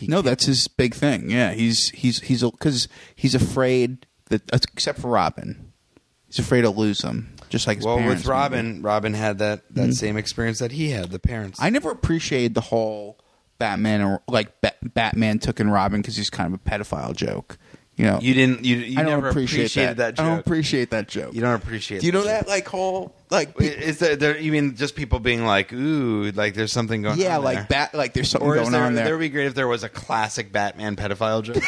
no, that's his big thing. Yeah, he's he's he's because he's afraid that except for Robin, he's afraid to lose him. Just like his
Well,
parents
with
maybe. Mm-hmm.
Robin, Robin had that that same experience that he had. The parents.
I never appreciated the whole Batman or like ba- Batman took in Robin because he's kind of a pedophile joke. You know,
you didn't. You, you
I don't
never
appreciate
appreciated that. joke.
I don't appreciate that joke.
You don't appreciate.
Do you know
joke.
that like whole like pe-
Is there, there you mean just people being like, ooh, like there's something going
yeah
on?
like
there.
bat like there's something
Or is
going
there,
on there.
there would be great if there was a classic Batman pedophile
*laughs*
joke.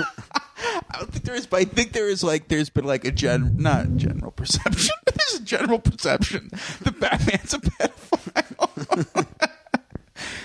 I don't think there is, but I think there is like there's been like a gen not general perception. *laughs* there's a general perception that Batman's a pedophile.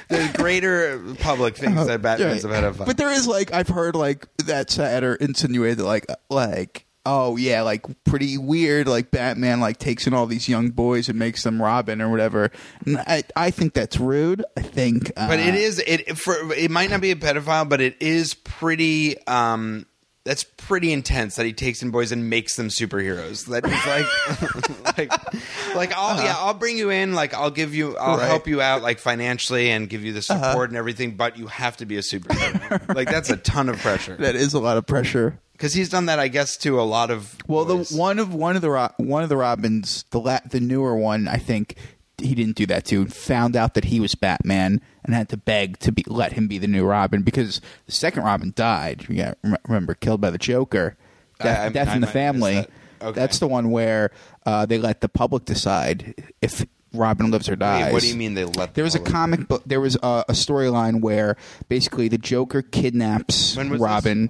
There's greater public thinks that Batman's
Right.
a pedophile.
Uh, Oh, But there is like I've heard like that said or insinuated that like like oh yeah like pretty weird like Batman like takes in all these young boys and makes them Robin or whatever. And I I think that's rude. I think, uh,
but it is it for it might not be a pedophile, but it is pretty. um That's pretty intense that he takes in boys and makes them superheroes. That is like, *laughs* like, like I'll yeah, I'll bring you in. Like I'll give you, I'll
Uh-huh. Right. Uh-huh.
help you out like financially and give you the support and everything. But you have to be a superhero. Like that's a ton of pressure.
*laughs* that is a lot of pressure.
because he's done that, I guess, to a lot of.
Well, the
boys.
one of one of the Ro- one of the Robins, the la- the newer one, I think he didn't do that too. Found out that he was Batman and had to beg to be let him be the new Robin because the second Robin died. You got remember killed by the Joker. Death,
I- I-
death
I
in the
might have missed
family.
that. Okay.
That's the one where uh, they let the public decide if Robin lives or dies.
Wait, what do you mean they let?
There was a
public-
comic book. There was a, a storyline where basically the Joker kidnaps
When was
Robin.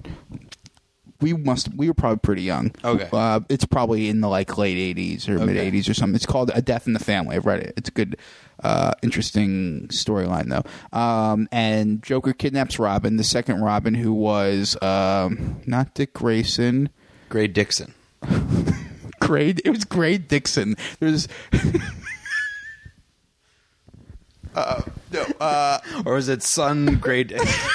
We must. We were probably pretty young.
Okay.
Uh, it's probably in the like late '80s or mid '80s or something. It's called A Death in the Family. I've read it. It's a good, uh, interesting storyline though. Um, and Joker kidnaps Robin, the second Robin, who was um, not Dick Grayson.
Gray Dixon.
Gray. It was Gray Dixon. There's.
Or is it Sun Gray
*laughs*
Dixon?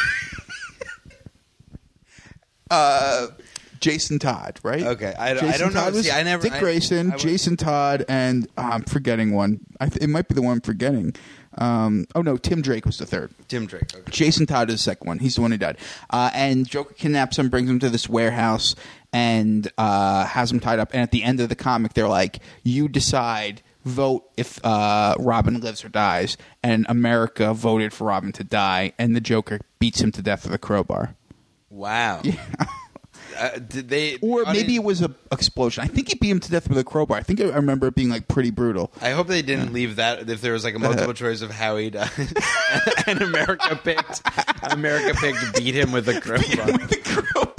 Jason Todd, right?
Okay, I- I don't know.
was
See, I never-
Dick
I-
Grayson,
I would-
Jason Todd, and ah, I'm forgetting one. I th- it might be the one I'm forgetting. Um, oh no, Tim Drake was the third.
Tim Drake. Okay.
Jason Todd is the second one. He's the one who died. Uh, and Joker kidnaps him, brings him to this warehouse, and uh, has him tied up. And at the end of the comic, they're like, "You decide." Vote if uh, Robin lives or dies, and America voted for Robin to die, and the Joker beats him to death with a crowbar.
Wow. Uh, did they?
or
I
maybe
didn't-
it was a explosion. I think he beat him to death with a crowbar. I think I remember it being like pretty brutal. *laughs*
I hope they didn't leave that. If there was like a multiple choice of how he died, *laughs* and America picked, America picked, beat him
*laughs*
with a crowbar.
The crowbar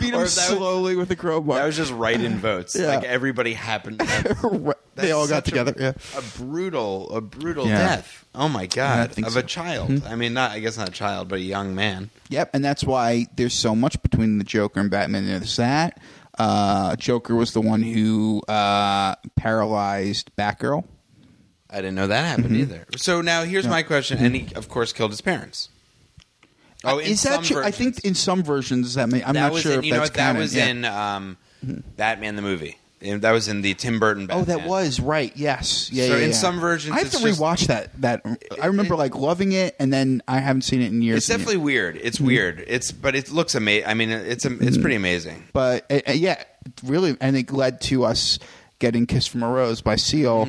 beat
Or
him
if that was-
slowly with a
That
crowbar. *laughs*
was just write-in votes.
Yeah.
Like everybody happened. To have-
*laughs* they all got
such a-
together. yeah.
A brutal, a brutal
Yeah.
death. Oh my
I
god!
think
Of
so. Mm-hmm.
a child. I mean, not. I guess not a child, but a young man.
Yep, and that's why there's so much between the Joker and Batman. There's that. Uh, Joker was the one who uh, paralyzed Batgirl.
I didn't know that happened
Mm-hmm.
either. So now here's my question, and he of course killed his parents. Oh, in
Uh, Is that?
some
true? I think
versions.
in some versions that may. I'm
that
not
was
sure
in,
if
you know
that's
what, that
canon.
was
Yeah.
in um, Batman the movie. And that was in the Tim Burton.
Oh,
Batman.
that was right. Yes. Yeah.
So
yeah,
in
yeah.
some versions,
I have
it's
to
just-
rewatch that. That I remember like loving it, and then I haven't seen it Mm-hmm. in years.
It's
and years.
definitely weird. It's weird. It's but it looks amazing. I mean, it's am-
Mm-hmm.
it's pretty amazing.
but uh, uh, yeah, really, and it led to us getting "Kiss from a Rose" by Seal.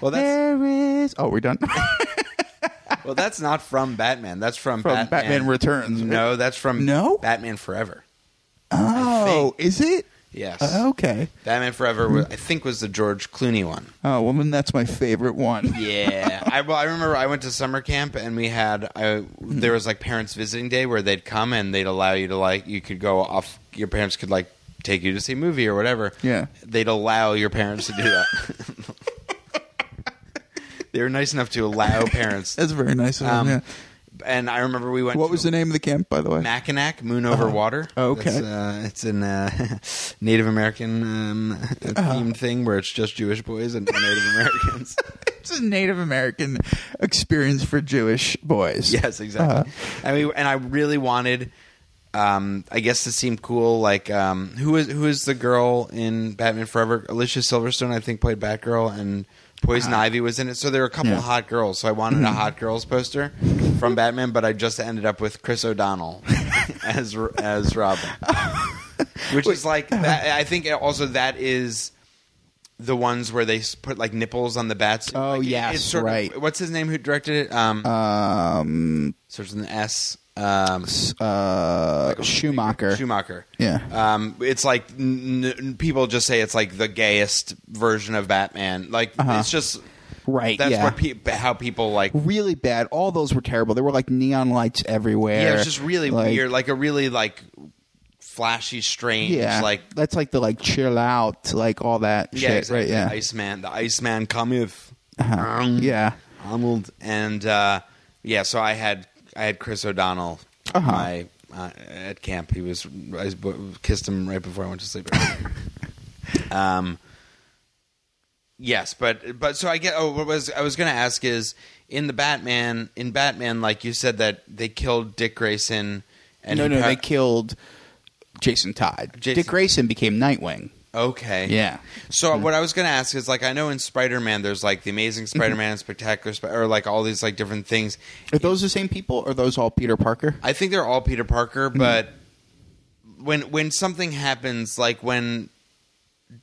Well, that's
there is. Oh, we're done.
well, that's not from Batman. That's from,
From Batman Returns, right?
No, that's from
No?
Batman Forever.
*laughs* oh, is it?
Yes,
Uh, okay.
Batman Forever. Was, I think was the George Clooney one.
Oh, well, then that's my favorite one.
Yeah, I, well, I remember I went to summer camp and we had I, there was like parents visiting day where they'd come and they'd allow you to like you could go off your parents could like take you to see a movie or whatever.
Yeah.
they'd allow your parents to do that.
*laughs*
they were nice enough to allow parents.
That's very nice. Of him,
Um,
yeah.
And I remember we went.
What
to
was the name of the camp, by the way?
Mackinac Moon Over Water.
Oh, okay.
That's, uh, it's an uh, *laughs* Native American um,
Uh-huh.
themed thing where it's just Jewish boys and Native Americans.
It's a Native American experience for Jewish boys.
*laughs* Yes, exactly.
Uh-huh.
I mean, and I really wanted, um, I guess, to seem cool. Like, um, who is who is the girl in Batman Forever? Alicia Silverstone, I think, played Batgirl, and Poison Ivy was in it. So there were a couple
Uh-huh. Yeah. Mm-hmm.
hot girls. So I wanted a hot girls poster from Batman, but I just ended up with Chris
*laughs*
O'Donnell as as Robin, which is like
Uh-huh.
that, I think also that is. The ones where they s- put like nipples on the bats.
Oh,
like, it-
yes,
it's sort of-
right. Uh,
what's his name? Who directed it? Um,
Um,
starts with an S. Um,
uh, Schumacher.
Schumacher.
Yeah.
Um, it's like n- n- people just say it's like the gayest version of Batman. Like it's just
Right,
That's
Uh-huh. yeah.
what pe- how people like.
Really bad. All those were terrible. There were like neon lights everywhere.
Yeah, it's just really weird. Like a really like flashy, strange.
Yeah,
Like
that's like the like chill out, like all that
yeah,
shit,
exactly.
right? Yeah, Uh-huh.
Iceman. The Iceman cometh.
yeah.
Um, Arnold and uh, yeah, so I had I had Chris O'Donnell
Uh-huh.
my, uh, at camp. He was I kissed him right before I went to sleep. *laughs* um, yes, but but so I get. Oh, what was I was going to ask is in the Batman in Batman, like you said that they killed Dick Grayson. And
no,
he
no,
par-
they killed Jason Todd.
Jason-
Dick Grayson became Nightwing.
Okay.
Yeah.
So what I was going to ask is like I know in Spider-Man there's like the Amazing Spider-Man, Spectacular, Sp- or like all these like different things.
Are those the same people? Or are those all Peter Parker?
I think they're all Peter Parker, but when when something happens, like when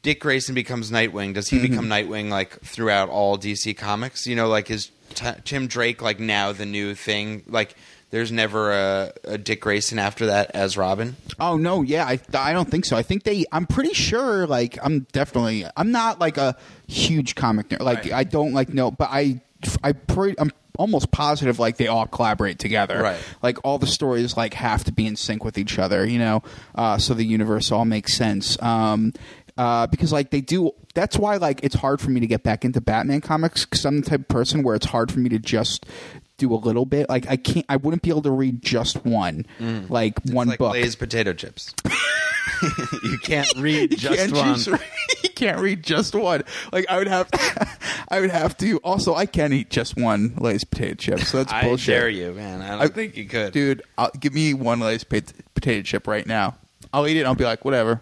Dick Grayson becomes Nightwing, does he become Nightwing like throughout all DC comics? You know, like is T- Tim Drake like now the new thing? Like there's never a, a Dick Grayson after that as Robin.
Oh no, yeah, I I don't think so. I think they. I'm pretty sure. Like, I'm definitely. I'm not like a huge comic nerd. Like,
Right.
I don't like no, but I I pre, I'm almost positive like they all collaborate together.
Right.
Like all the stories like have to be in sync with each other. You know, uh, so the universe all makes sense. Um, uh, because like they do. That's why like it's hard for me to get back into Batman comics because I'm the type of person where it's hard for me to just do a little bit like i can't i wouldn't be able to read just one like one
Mm. It's like
book
Lay's potato chips. *laughs* you can't read just
can't
one.
*laughs* just read- you can't read just one. Like I would have, I would have to. Also, I can't eat just one Lay's potato chip. So that's
I
bullshit.
dare you, man. I don't think you could.
dude. I'll, give me one Lay's pot- potato chip right now. I'll eat it. and I'll be like, whatever.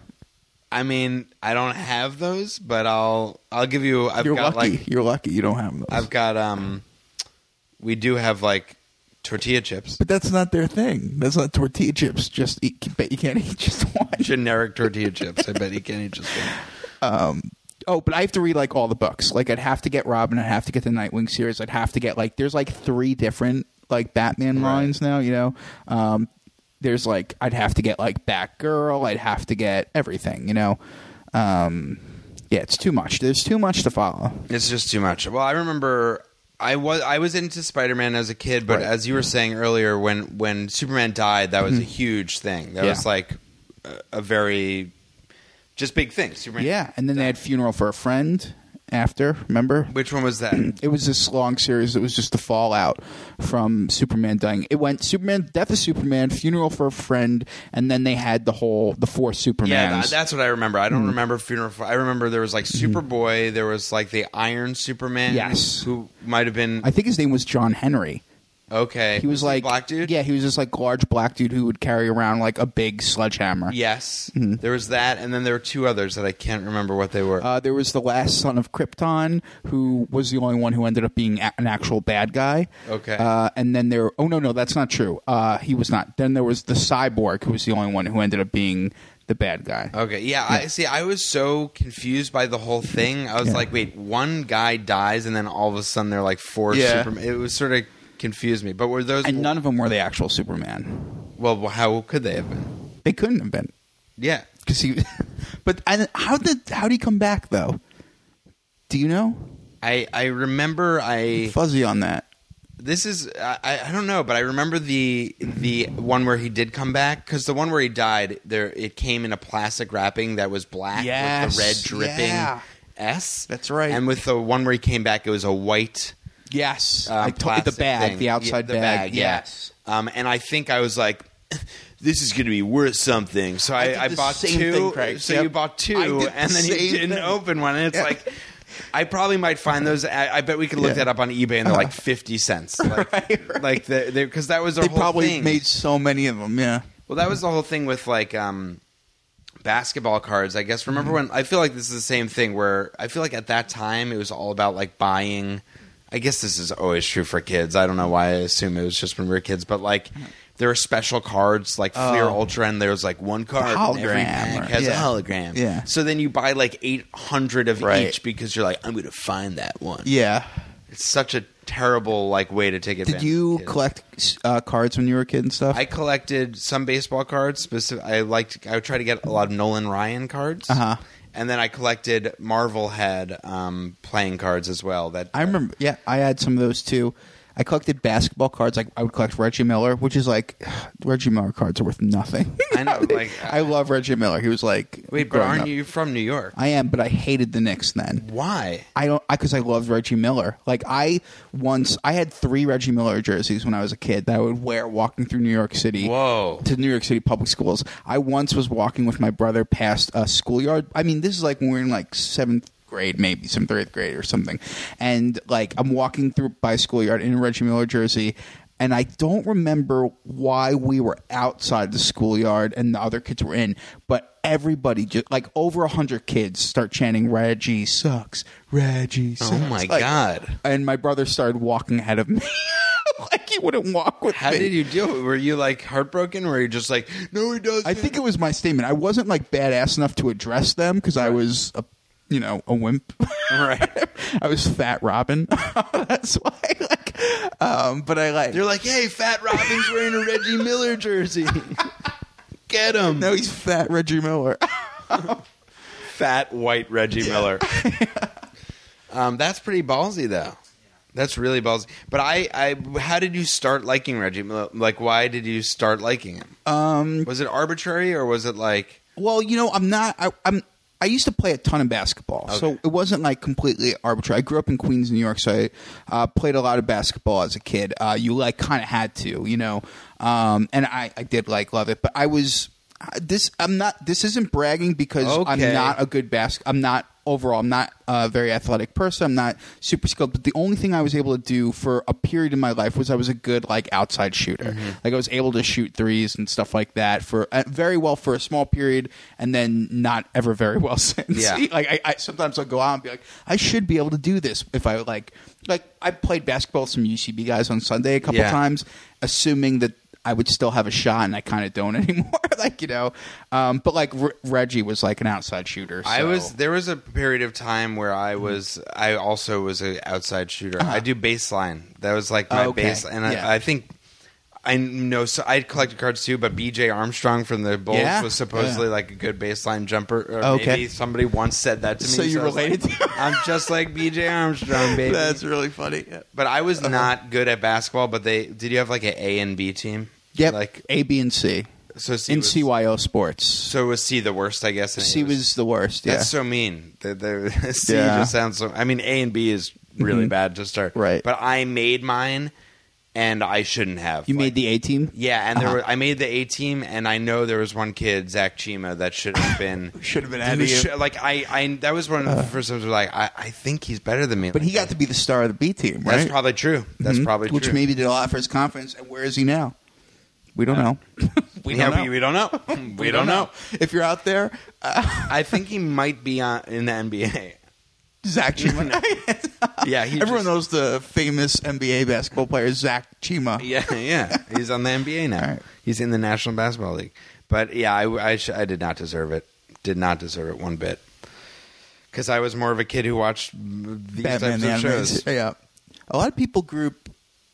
I mean, I don't have those, but I'll I'll give you. I've
You're
got
lucky.
like
You're lucky. You don't have those.
I've got um we do have like tortilla chips.
but that's not their thing. That's not tortilla chips. Just eat, bet you can't eat just one.
Generic tortilla chips. I bet you can eat just one.
Oh, but I have to read like all the books. Like I'd have to get Robin. I'd have to get the Nightwing series. I'd have to get like there's like three different like Batman
Right.
lines now. You know, um, there's like I'd have to get like Batgirl. I'd have to get everything. You know, um, yeah, it's too much. There's too much to follow.
It's just too much. Well, I remember I was I was into Spider Man as a kid, but
Right. Mm.
as you were saying earlier, when when Superman died, that was a huge thing. That
Yeah.
was like a, a very just big thing. Superman.
Yeah, and then they had funeral for a friend after. Remember,
Which one was that?
it was this long series that was just the fallout from Superman dying. It went Superman, death of Superman, funeral for a friend, and then they had the whole the four Supermans.
yeah, tha- that's what I remember. I don't
Hmm.
remember funeral. For, I remember there was like Superboy. There was like the Iron Superman.
Yes.
who might have been
I think his name was John Henry.
Okay.
He was like
black dude.
Yeah, he was this like large black dude who would carry around like a big sledgehammer.
Yes. There was that, and then there were two others that I can't remember what they were.
Mm-hmm. Uh, there was the last son of Krypton, who was the only one who ended up being a- an actual bad guy.
Okay.
Uh, and then there, oh no, no, that's not true. Uh, he was not. Then there was the cyborg, who was the only one who ended up being the bad guy.
okay. Yeah, I see. I was so confused by the whole thing. I was
Yeah.
like, wait, one guy dies, and then all of a sudden they're like four.
Yeah.
Superman. It was sort of confused me. But were those?
and none of them were the actual Superman.
well, how could they have been?
They couldn't have been
Yeah.
because he. *laughs* but I, how did how did he come back though? Do you know?
I, I remember I
Fuzzy on that.
this is I, I don't know but I remember the the one where he did come back because the one where he died there it came in a plastic wrapping that was black
Yes.
with the red dripping
Yeah.
S
That's right.
and with the one where he came back it was a white
Yes,
uh,
I told the
plastic
bag,
thing.
the
Yeah,
outside bag. *laughs* Yes.
um and I think I was like. This is going to be worth something. So
did
I, I,
the
bought
same
two.
thing, Craig.
So
Yep.
you bought two,
I did the
and then you
same
didn't
thing.
open one. And it's
Yeah.
like, I probably might find those. I, I bet we could look
Yeah.
that up on eBay, and they're
*laughs*
like fifty cents. Like,
Right, right.
like the because that was their
They
whole
probably
thing.
made so many of them. Yeah.
Well, that was the whole thing with like um, basketball cards. I guess remember
Mm-hmm.
when I feel like this is the same thing where I feel like at that time it was all about like buying. I guess this is always true for kids. I don't know why I assume it was just when we were kids, but like there were special cards like Fleer Ultra, and there was like one card and every
Oh. hologram
pack
or-
has
yeah.
a hologram.
Yeah.
So then you buy like eight hundred of
Right.
each because you're like, I'm going to find that one.
Yeah.
It's such a terrible like way to take advantage.
Did you
of kids.
collect uh, cards when you were a kid and stuff?
I collected some baseball cards. Specific, I liked. I would try to get a lot of Nolan Ryan cards.
Uh-huh.
And then I collected Marvel had um, playing cards as well. That
I remember. Yeah, I had some of those too. I collected basketball cards. Like I would collect Reggie Miller, which is like *sighs* Reggie Miller cards are worth nothing.
I
*laughs*
know. Like,
I love Reggie Miller. He was like,
wait, but
growing
aren't
up.
you from New York?
I am, but I hated the Knicks then.
Why?
I don't because I, loved Reggie Miller. Like I once I had three Reggie Miller jerseys when I was a kid that I would wear walking through New York City. *laughs*
Whoa.
To New York City public schools. I once was walking with my brother past a schoolyard. I mean, this is like when we are in like seventh grade, maybe seventh or eighth grade or something. And like I'm walking through by a schoolyard in a Reggie Miller jersey. And I don't remember why we were outside the schoolyard and the other kids were in, but everybody just like over a hundred kids start chanting Reggie sucks, Reggie sucks.
Oh my
Like,
god!
And my brother started walking ahead of me, *laughs* like he wouldn't walk with
How
me.
did you deal? with it? Were you like heartbroken? Were you just like, no, he doesn't?
I think it was my statement. I wasn't like badass enough to address them because I was a, you know, a wimp.
*laughs*
*laughs*
right.
I was Fat Robin. *laughs* That's why. Like, um, but I like.
They're like, hey, Fat Robin's wearing a Reggie Miller jersey. Get him.
*laughs* no, he's Fat Reggie Miller.
fat white Reggie Miller. *laughs* um, that's pretty ballsy, though. That's really ballsy. But I, I, how did you start liking Reggie Miller? Like, why did you start liking him?
Uh,
Um, was it arbitrary or was it like?
Well, you know, I'm not. I, I'm. I used to play a ton of basketball, so
Okay.
it wasn't like completely arbitrary. I grew up in Queens, New York, so I uh, played a lot of basketball as a kid. Uh, you like kind of had to, you know, um, and I, I did like love it, but I was I- this. I'm not. This isn't bragging because I'm
Okay.
not a good basket. I'm not overall. I'm not a very athletic person. I'm not super skilled. But the only thing I was able to do for a period in my life was I was a good like outside shooter. Like I was able to shoot threes and stuff like that for uh, very well for a small period, and then not ever very well *laughs* since.
Yeah.
like I, I sometimes I'll go out and be like, I should be able to do this if I like. Like I played basketball with some UCB guys on Sunday a couple
Yeah.
times, assuming that I would still have a shot, and I kind of don't *laughs* anymore. like you know, um, but like R- Reggie was like an outside shooter.
I
so- Mm-hmm.
was there was a period of time where I was I also was an outside shooter. I do baseline. That was like my
Uh-huh. Okay.
baseline, and
Yeah.
I, I think I know. So I collected cards too, but B.J. Armstrong from the Bulls
Yeah?
was supposedly
Yeah.
like a good baseline jumper. Or
Okay.
maybe somebody once said that to me.
So you
I was
related
like,
to him?
I'm just like B.J. Armstrong, baby.
really funny. Yeah.
but I
uh-huh.
was not good at basketball. But they did. You have like an A and B team.
Yep.
Like
A, B, and C
so. C
in
was,
CYO sports.
So was C the worst? I guess. and A
C was the worst. Yeah.
That's so mean. The, the *laughs* C
Yeah. Mm-hmm.
just sounds so. I mean, A and B is really bad to start.
Right.
But I made mine, and I shouldn't have.
You
Like,
made the Uh-huh. A team.
yeah, and there were, I made the A team, and I know there was one kid, Zach Chima, that should have
*laughs*
been
Should have been Uh.
Who should- like I, I that was one of the first times where like I, I think he's better than me.
But he got to be the star of the B team, right? Mm-hmm.
That's probably true. That's probably
Which
true.
maybe did a lot for his confidence. And where is he now? We don't know.
we,
don't
yeah,
know.
We, we don't know. We, don't know.
*laughs* If you're out there, uh,
I think he might be on, in the
*laughs*
NBA.
Zach Chima. *laughs*
Yeah, he
Everyone
just-
knows the famous NBA basketball player Zach Chima.
Yeah, *laughs* yeah. He's on the NBA now.
All right.
He's in the National Basketball League. But yeah, I, I, sh- I did not deserve it. Did not deserve it one bit. Because I was more of a kid who watched these
Batman the
types of
animated.
shows.
Yeah, a lot of people group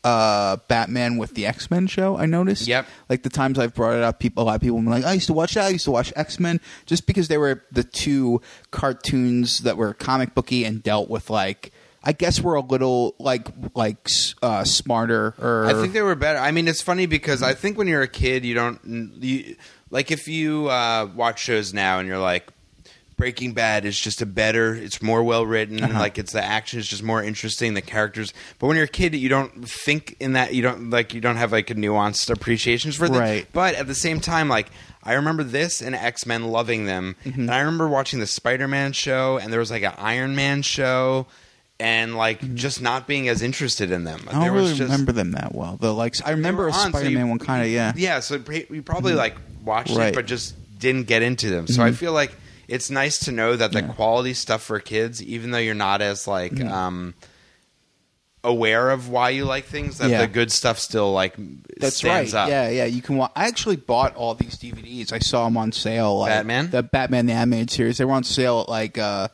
uh, Batman with the X Men show. I noticed.
Yep.
Like the times I've brought it up, people a lot of people have been like, "Oh, "I used to watch that. I used to watch X Men," just because they were the two cartoons that were comic booky and dealt with like. I guess we're a little like like s- uh, smarter or
I think they were better. I mean, it's funny because I think when you're a kid, you don't you, like if you uh, watch shows now and you're like, Breaking Bad is just a better, it's more well written,
Uh-huh.
like it's the action is just more interesting, the characters. But when you're a kid, you don't think in that you don't like you don't have like a nuanced appreciation for things.
Right.
But at the same time, like. I remember this and X Men loving them,
Mm-hmm.
and I remember watching the Spider Man show, and there was like an Iron Man show, and like just not being as interested in them.
Mm-hmm. I don't
there was
really
just,
remember them that well. The like I remember
were
a
on, so you-
Spider Man one kind of yeah.
yeah so pr- we probably like watched
Mm-hmm. Right. Mm-hmm.
it but just didn't get into them so i feel like it's nice to know that the quality stuff for kids even though you're not as like
Mm-hmm.
um aware of why you like things that
Yeah.
the good stuff still like
That's
stands
right.
up
Yeah, yeah. You can. Wa- I actually bought all these DVDs. I saw them on sale. Like,
Batman?
the Batman the animated series. They were on sale at like uh,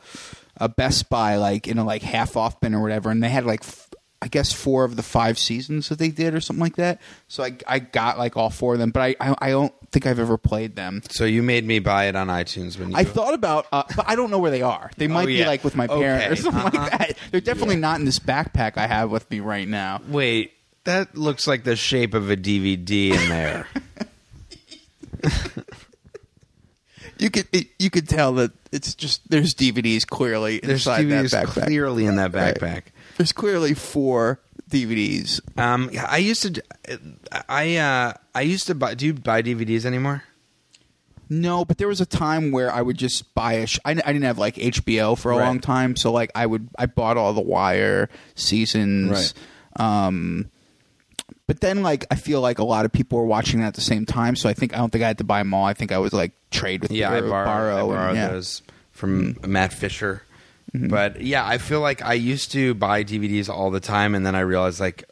a Best Buy, like in a like half off bin or whatever, and they had like. F- I guess four of the five seasons that they did, or something like that. So I, I got like all four of them, but I, I, I don't think I've ever played them.
so you made me buy it on itunes when you
I thought about, uh, but I don't know where they are. They might be
Oh, yeah.
like with my
Okay.
parents or something
Uh-huh.
like that. They're definitely not in this backpack I have with me right now.
wait that looks like the shape of a dvd in there
You could it, you could tell that it's just there's DVDs clearly
there's
*laughs* inside
DVDs
that backpack.
clearly in that
Right.
backpack
There's clearly four DVDs.
Um, I used to, d- I uh, I used to buy. Do you buy DVDs anymore?
No, but there was a time where I would just buy a. Sh- I, I didn't have like HBO for a
Right.
long time, so like I would I bought all the Wire seasons. Um, but then like I feel like a lot of people were watching that at the same time, so I think I don't think I had to buy them all. I think I was like trade with
Yeah, I
or
borrow, I
and-
borrow
yeah. Mm. Mm-hmm.
those from Matt Fisher. But yeah, I feel like I used to buy DVDs all the time, and then I realized like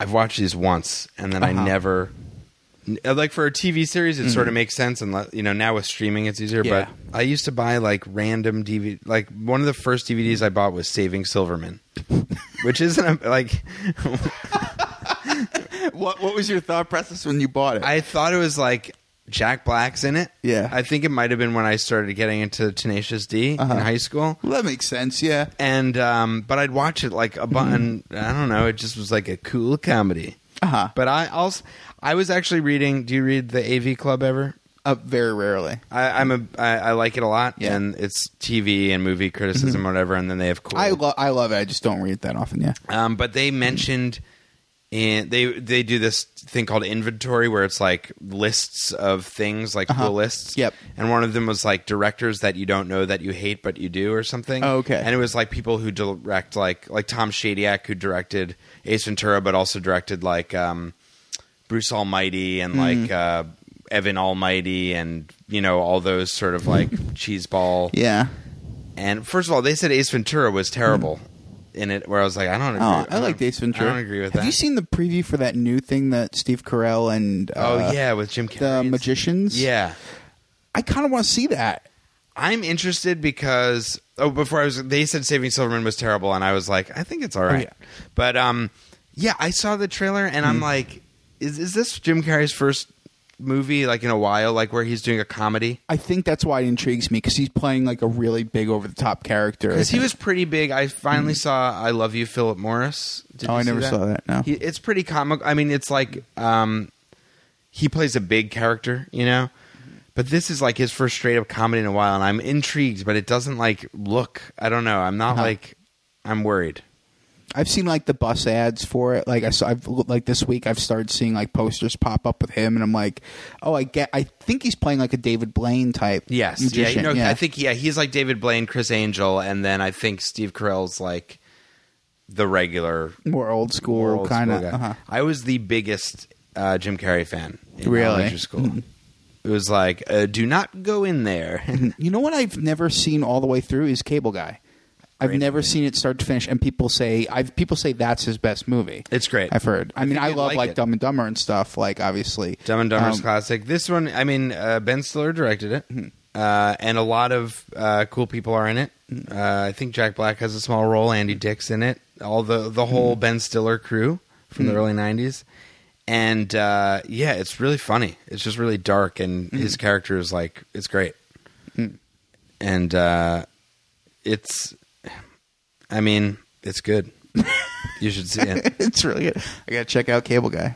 I've watched these once, and then
Uh-huh.
I never. n- Like for a TV series, it sort of makes sense, and let- you know now with streaming, it's easier.
Mm-hmm. Yeah.
But I used to buy like random DVD. Like one of the first DVDs I bought was Saving
*laughs*
Silverman, which isn't a, like
*laughs* What What was your thought process when you bought it?
I thought it was like Jack Black's in it.
Yeah.
I think it might have been when I started getting into Tenacious D
Uh-huh.
in high school.
well, that makes sense. Yeah.
And um, but I'd watch it like a button. I don't know. It just was like a cool comedy.
Mm-hmm. Uh-huh.
But I also I was actually reading. Do you read the AV Club ever?
Uh, very rarely.
I, I'm a I, I like it a lot,
Yeah. Mm-hmm.
and it's TV and movie criticism, whatever. And then they have cool.
I lo- I love it. I just don't read it that often. Yeah.
Um, but they mentioned in they they do this thing called inventory where it's like lists of things, like cool lists.
Uh-huh. Yep.
And one of them was like directors that you don't know that you hate but you do or something.
Oh, okay.
And it was like people who direct like like Tom Shadyac who directed Ace Ventura but also directed like um, Bruce Almighty and
Mm-hmm.
like uh, Evan Almighty and you know all those sort of
*laughs*
like cheeseball
Yeah.
and first of all, they said Ace Ventura was terrible in it, where I was like, I don't agree.
Oh,
with-
I like
don't-
Ace Ventura.
I don't agree with
Have
that.
you seen the preview for that new thing that Steve Carell and uh,
oh yeah, with Jim Carrey.
the
and-
magicians?
Yeah,
I kind of want to see that.
I'm interested because oh, before I was, they said Saving Silverman was terrible, and I was like, I think it's all right.
Oh, yeah. Hmm.
But um, yeah, I saw the trailer, and I'm like, is is this Jim Carrey's first movie like in a while, like where he's doing a comedy?
I think that's why it intrigues me because he's playing like a really big over the top character.
Because he was pretty big. I finally saw "I Love You, Philip Morris." Did
Mm-hmm. Oh,
you
I
see
never saw that, no.
he, it's pretty comic. I mean, it's like um, he plays a big character, you know. But this is like his first straight up comedy in a while, and
Uh-huh.
I'm intrigued. But it doesn't like look. I don't know. I'm not like. I'm worried.
I've seen like the bus ads for it. Like I saw, I've like this week I've started seeing like posters pop up with him, and I'm like, oh, I get. I think he's playing like a David Blaine type.
Yes,
musician.
yeah, you know, I think yeah, he's like David Blaine, Chris Angel, and then I think Steve Carell's like the regular
more old school
old
kind of.
school guy.
Uh-huh.
I was the biggest uh, Jim Carrey fan in
Really?
elementary
*laughs*
school. it was like, uh, do not go in there.
You know what I've never seen all the way through is Cable Guy. I've never seen it start to finish, and people say I've people say that's his best movie.
It's great.
I've heard. I mean,
think
I
you'd
love
like
like,
it.
Dumb and Dumber and stuff. Like obviously,
Dumb and Dumber's
Um,
classic. This one, I mean, uh, Ben Stiller directed it, uh, and a lot of uh, cool people are in it. Uh, I think Jack Black has a small role. Andy Dick's in it. All the the whole Ben Stiller crew from the early '90s, and uh, yeah, it's really funny. It's just really dark, and his character is like, it's great, and uh, it's, I mean, it's good. you should see it
it's really good. I gotta check out Cable Guy.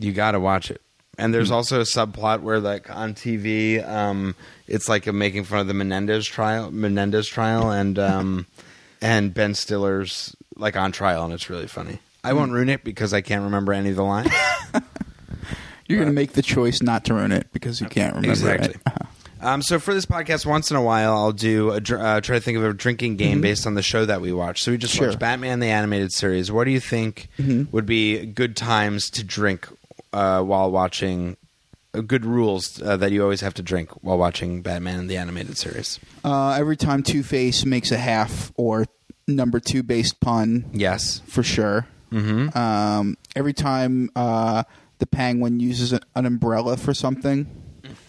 you got to watch it. And there's also a subplot where, like on TV, um, it's like a making fun of the Menendez trial, Menendez trial, and um, and Ben Stiller's like on trial, and it's really funny. I won't ruin it because I can't remember any of the lines.
You're gonna make the choice not to ruin it because you can't remember
exactly.
it.
*laughs* Um, so for this podcast, once in a while, I'll do a, dr- uh, try to think of a drinking game based on the show that we watch. So we just
Sure.
watched Batman the animated series. What do you think would be good times to drink uh, while watching? uh, Good rules uh, that you always have to drink while watching Batman the animated series.
Uh, every time Two Face makes a half or number two based pun,
Yes,
for sure. Mm-hmm. Um, every time uh, the Penguin uses a- an umbrella for something,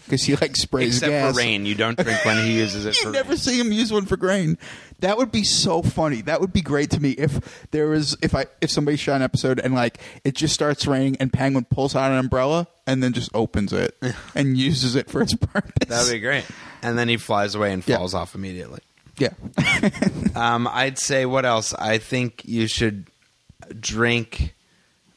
because he like sprays
except
gas.
for rain, you don't drink when he uses
*laughs*
it.
You
for
never
rain.
see him use one for grain. That would be so funny. That would be great to me if there was if I if somebody shot an episode and like it just starts raining and Penguin pulls out an umbrella and then just
*laughs*
opens it and uses it for its purpose.
That would be great. And then he flies away and
Yeah.
falls off immediately.
*laughs* yeah. *laughs*
Um, I'd say what else? I think you should drink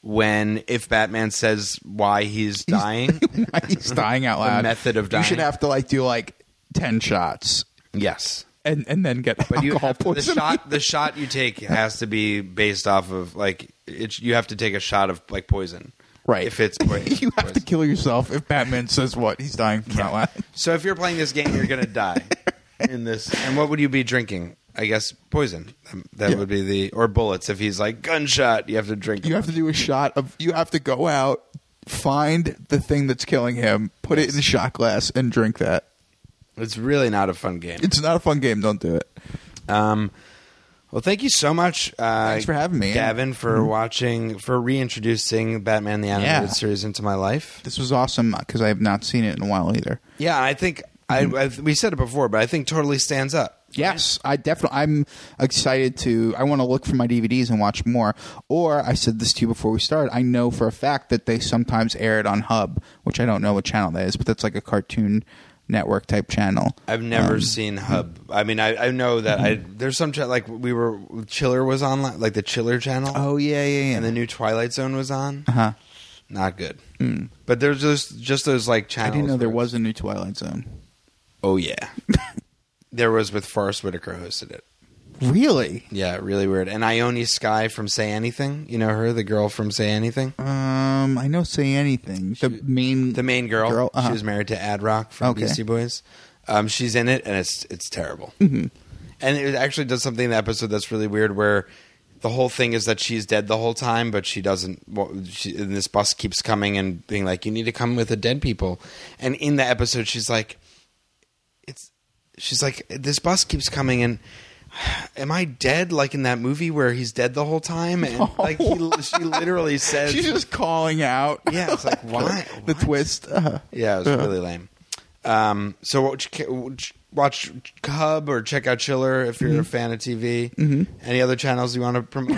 when if Batman says why he's
*laughs*
dying.
He's dying out loud.
method of dying.
You should have to like do like ten shots
yes.
and and then get
But you
alcohol
have to, the
poisoning.
shot the shot you take has to be based off of like it's you have to take a shot of like poison.
right.
If it's poi- poison.
*laughs* *laughs* you have to kill yourself if Batman says what he's dying from out loud.
So if you're playing this game you're going to die in this. And what would you be drinking? I guess poison. Um, That
Yeah.
would be the or bullets if he's like gunshot, you have to drink
you have to do a shot of you have to go out find the thing that's killing him put it in a shot glass and drink that
It's really not a fun game.
it's not a fun game don't do it
Um, well, thank you so much. Uh,
Thanks for having me.
Gavin, for watching, for reintroducing Batman the Animated
Yeah.
Series into my life.
this was awesome because i have not seen it in a while either
Yeah, I think I, I we said it before, but I think totally stands up.
yes i definitely i'm excited to i want to look for my dvds and watch more or i said this to you before we started i know for a fact that they sometimes air it on hub which i don't know what channel that is but that's like a cartoon network type channel
I've never seen Hub. I mean, I, I know that I there's some cha- like we were Chiller was on li- like the Chiller channel.
oh yeah yeah yeah
and the new Twilight Zone was on. Uh-huh. Mm. Not good. But there's just just those like
i
channels.
didn't know there
where-
was a new twilight zone
Oh *laughs* yeah, there was with Forrest Whitaker hosted it.
really
Yeah, really weird. And Ione Sky from Say Anything, you know her, the girl from Say Anything,
Um, I know. Say anything. The main.
the main girl.
uh-huh.
She was married to Ad Rock from
Okay.
Beastie Boys. Um, she's in it, and it's it's terrible. Mm-hmm. And it actually does something in the episode that's really weird, where the whole thing is that she's dead the whole time, but she doesn't. wa- She, and this bus keeps coming and being like, "You need to come with the dead people." And in the episode, she's like, "It's," she's like, "This bus keeps coming and." *sighs* Am I dead like in that movie where he's dead the whole time? *laughs* And like he, she *laughs* literally says,
*laughs* She's just calling out.
Yeah, it's *laughs* like, why?
*laughs* the twist. Uh,
Yeah, it was really lame. Um, so watch, watch Cub or check out Chiller if you're a fan of TV. Mm-hmm. Any other channels you want to *laughs* promote?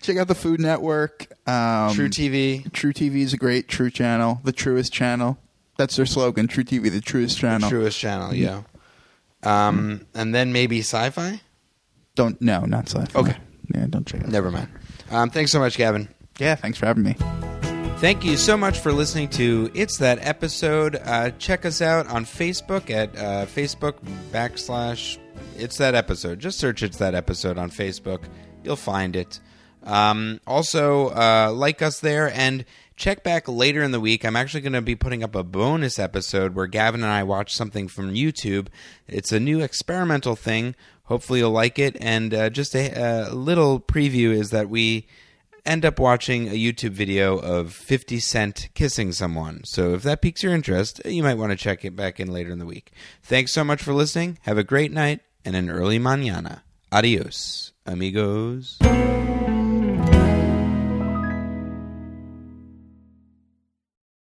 check out the Food Network. Um,
True TV,
True TV is a great True channel. The truest channel. That's their slogan. True TV, the truest channel.
Truest Channel, yeah. Um, and then maybe Sci-Fi.
Don't no, not sci.
Okay.
Yeah, don't check it.
Never mind. Um, thanks so much, Gavin.
Yeah, thanks for having me.
Thank you so much for listening to It's That Episode. Uh, check us out on Facebook at uh, Facebook backslash It's that episode. Just search It's That Episode on Facebook. You'll find it. Um, also, uh, like us there and check back later in the week. I'm actually going to be putting up a bonus episode where Gavin and I watch something from YouTube. It's a new experimental thing. Hopefully, you'll like it. And uh, just a, a little preview is that we end up watching a YouTube video of 50 Cent kissing someone. So if that piques your interest, you might want to check it back in later in the week. Thanks so much for listening. Have a great night and an early mañana. Adios, amigos.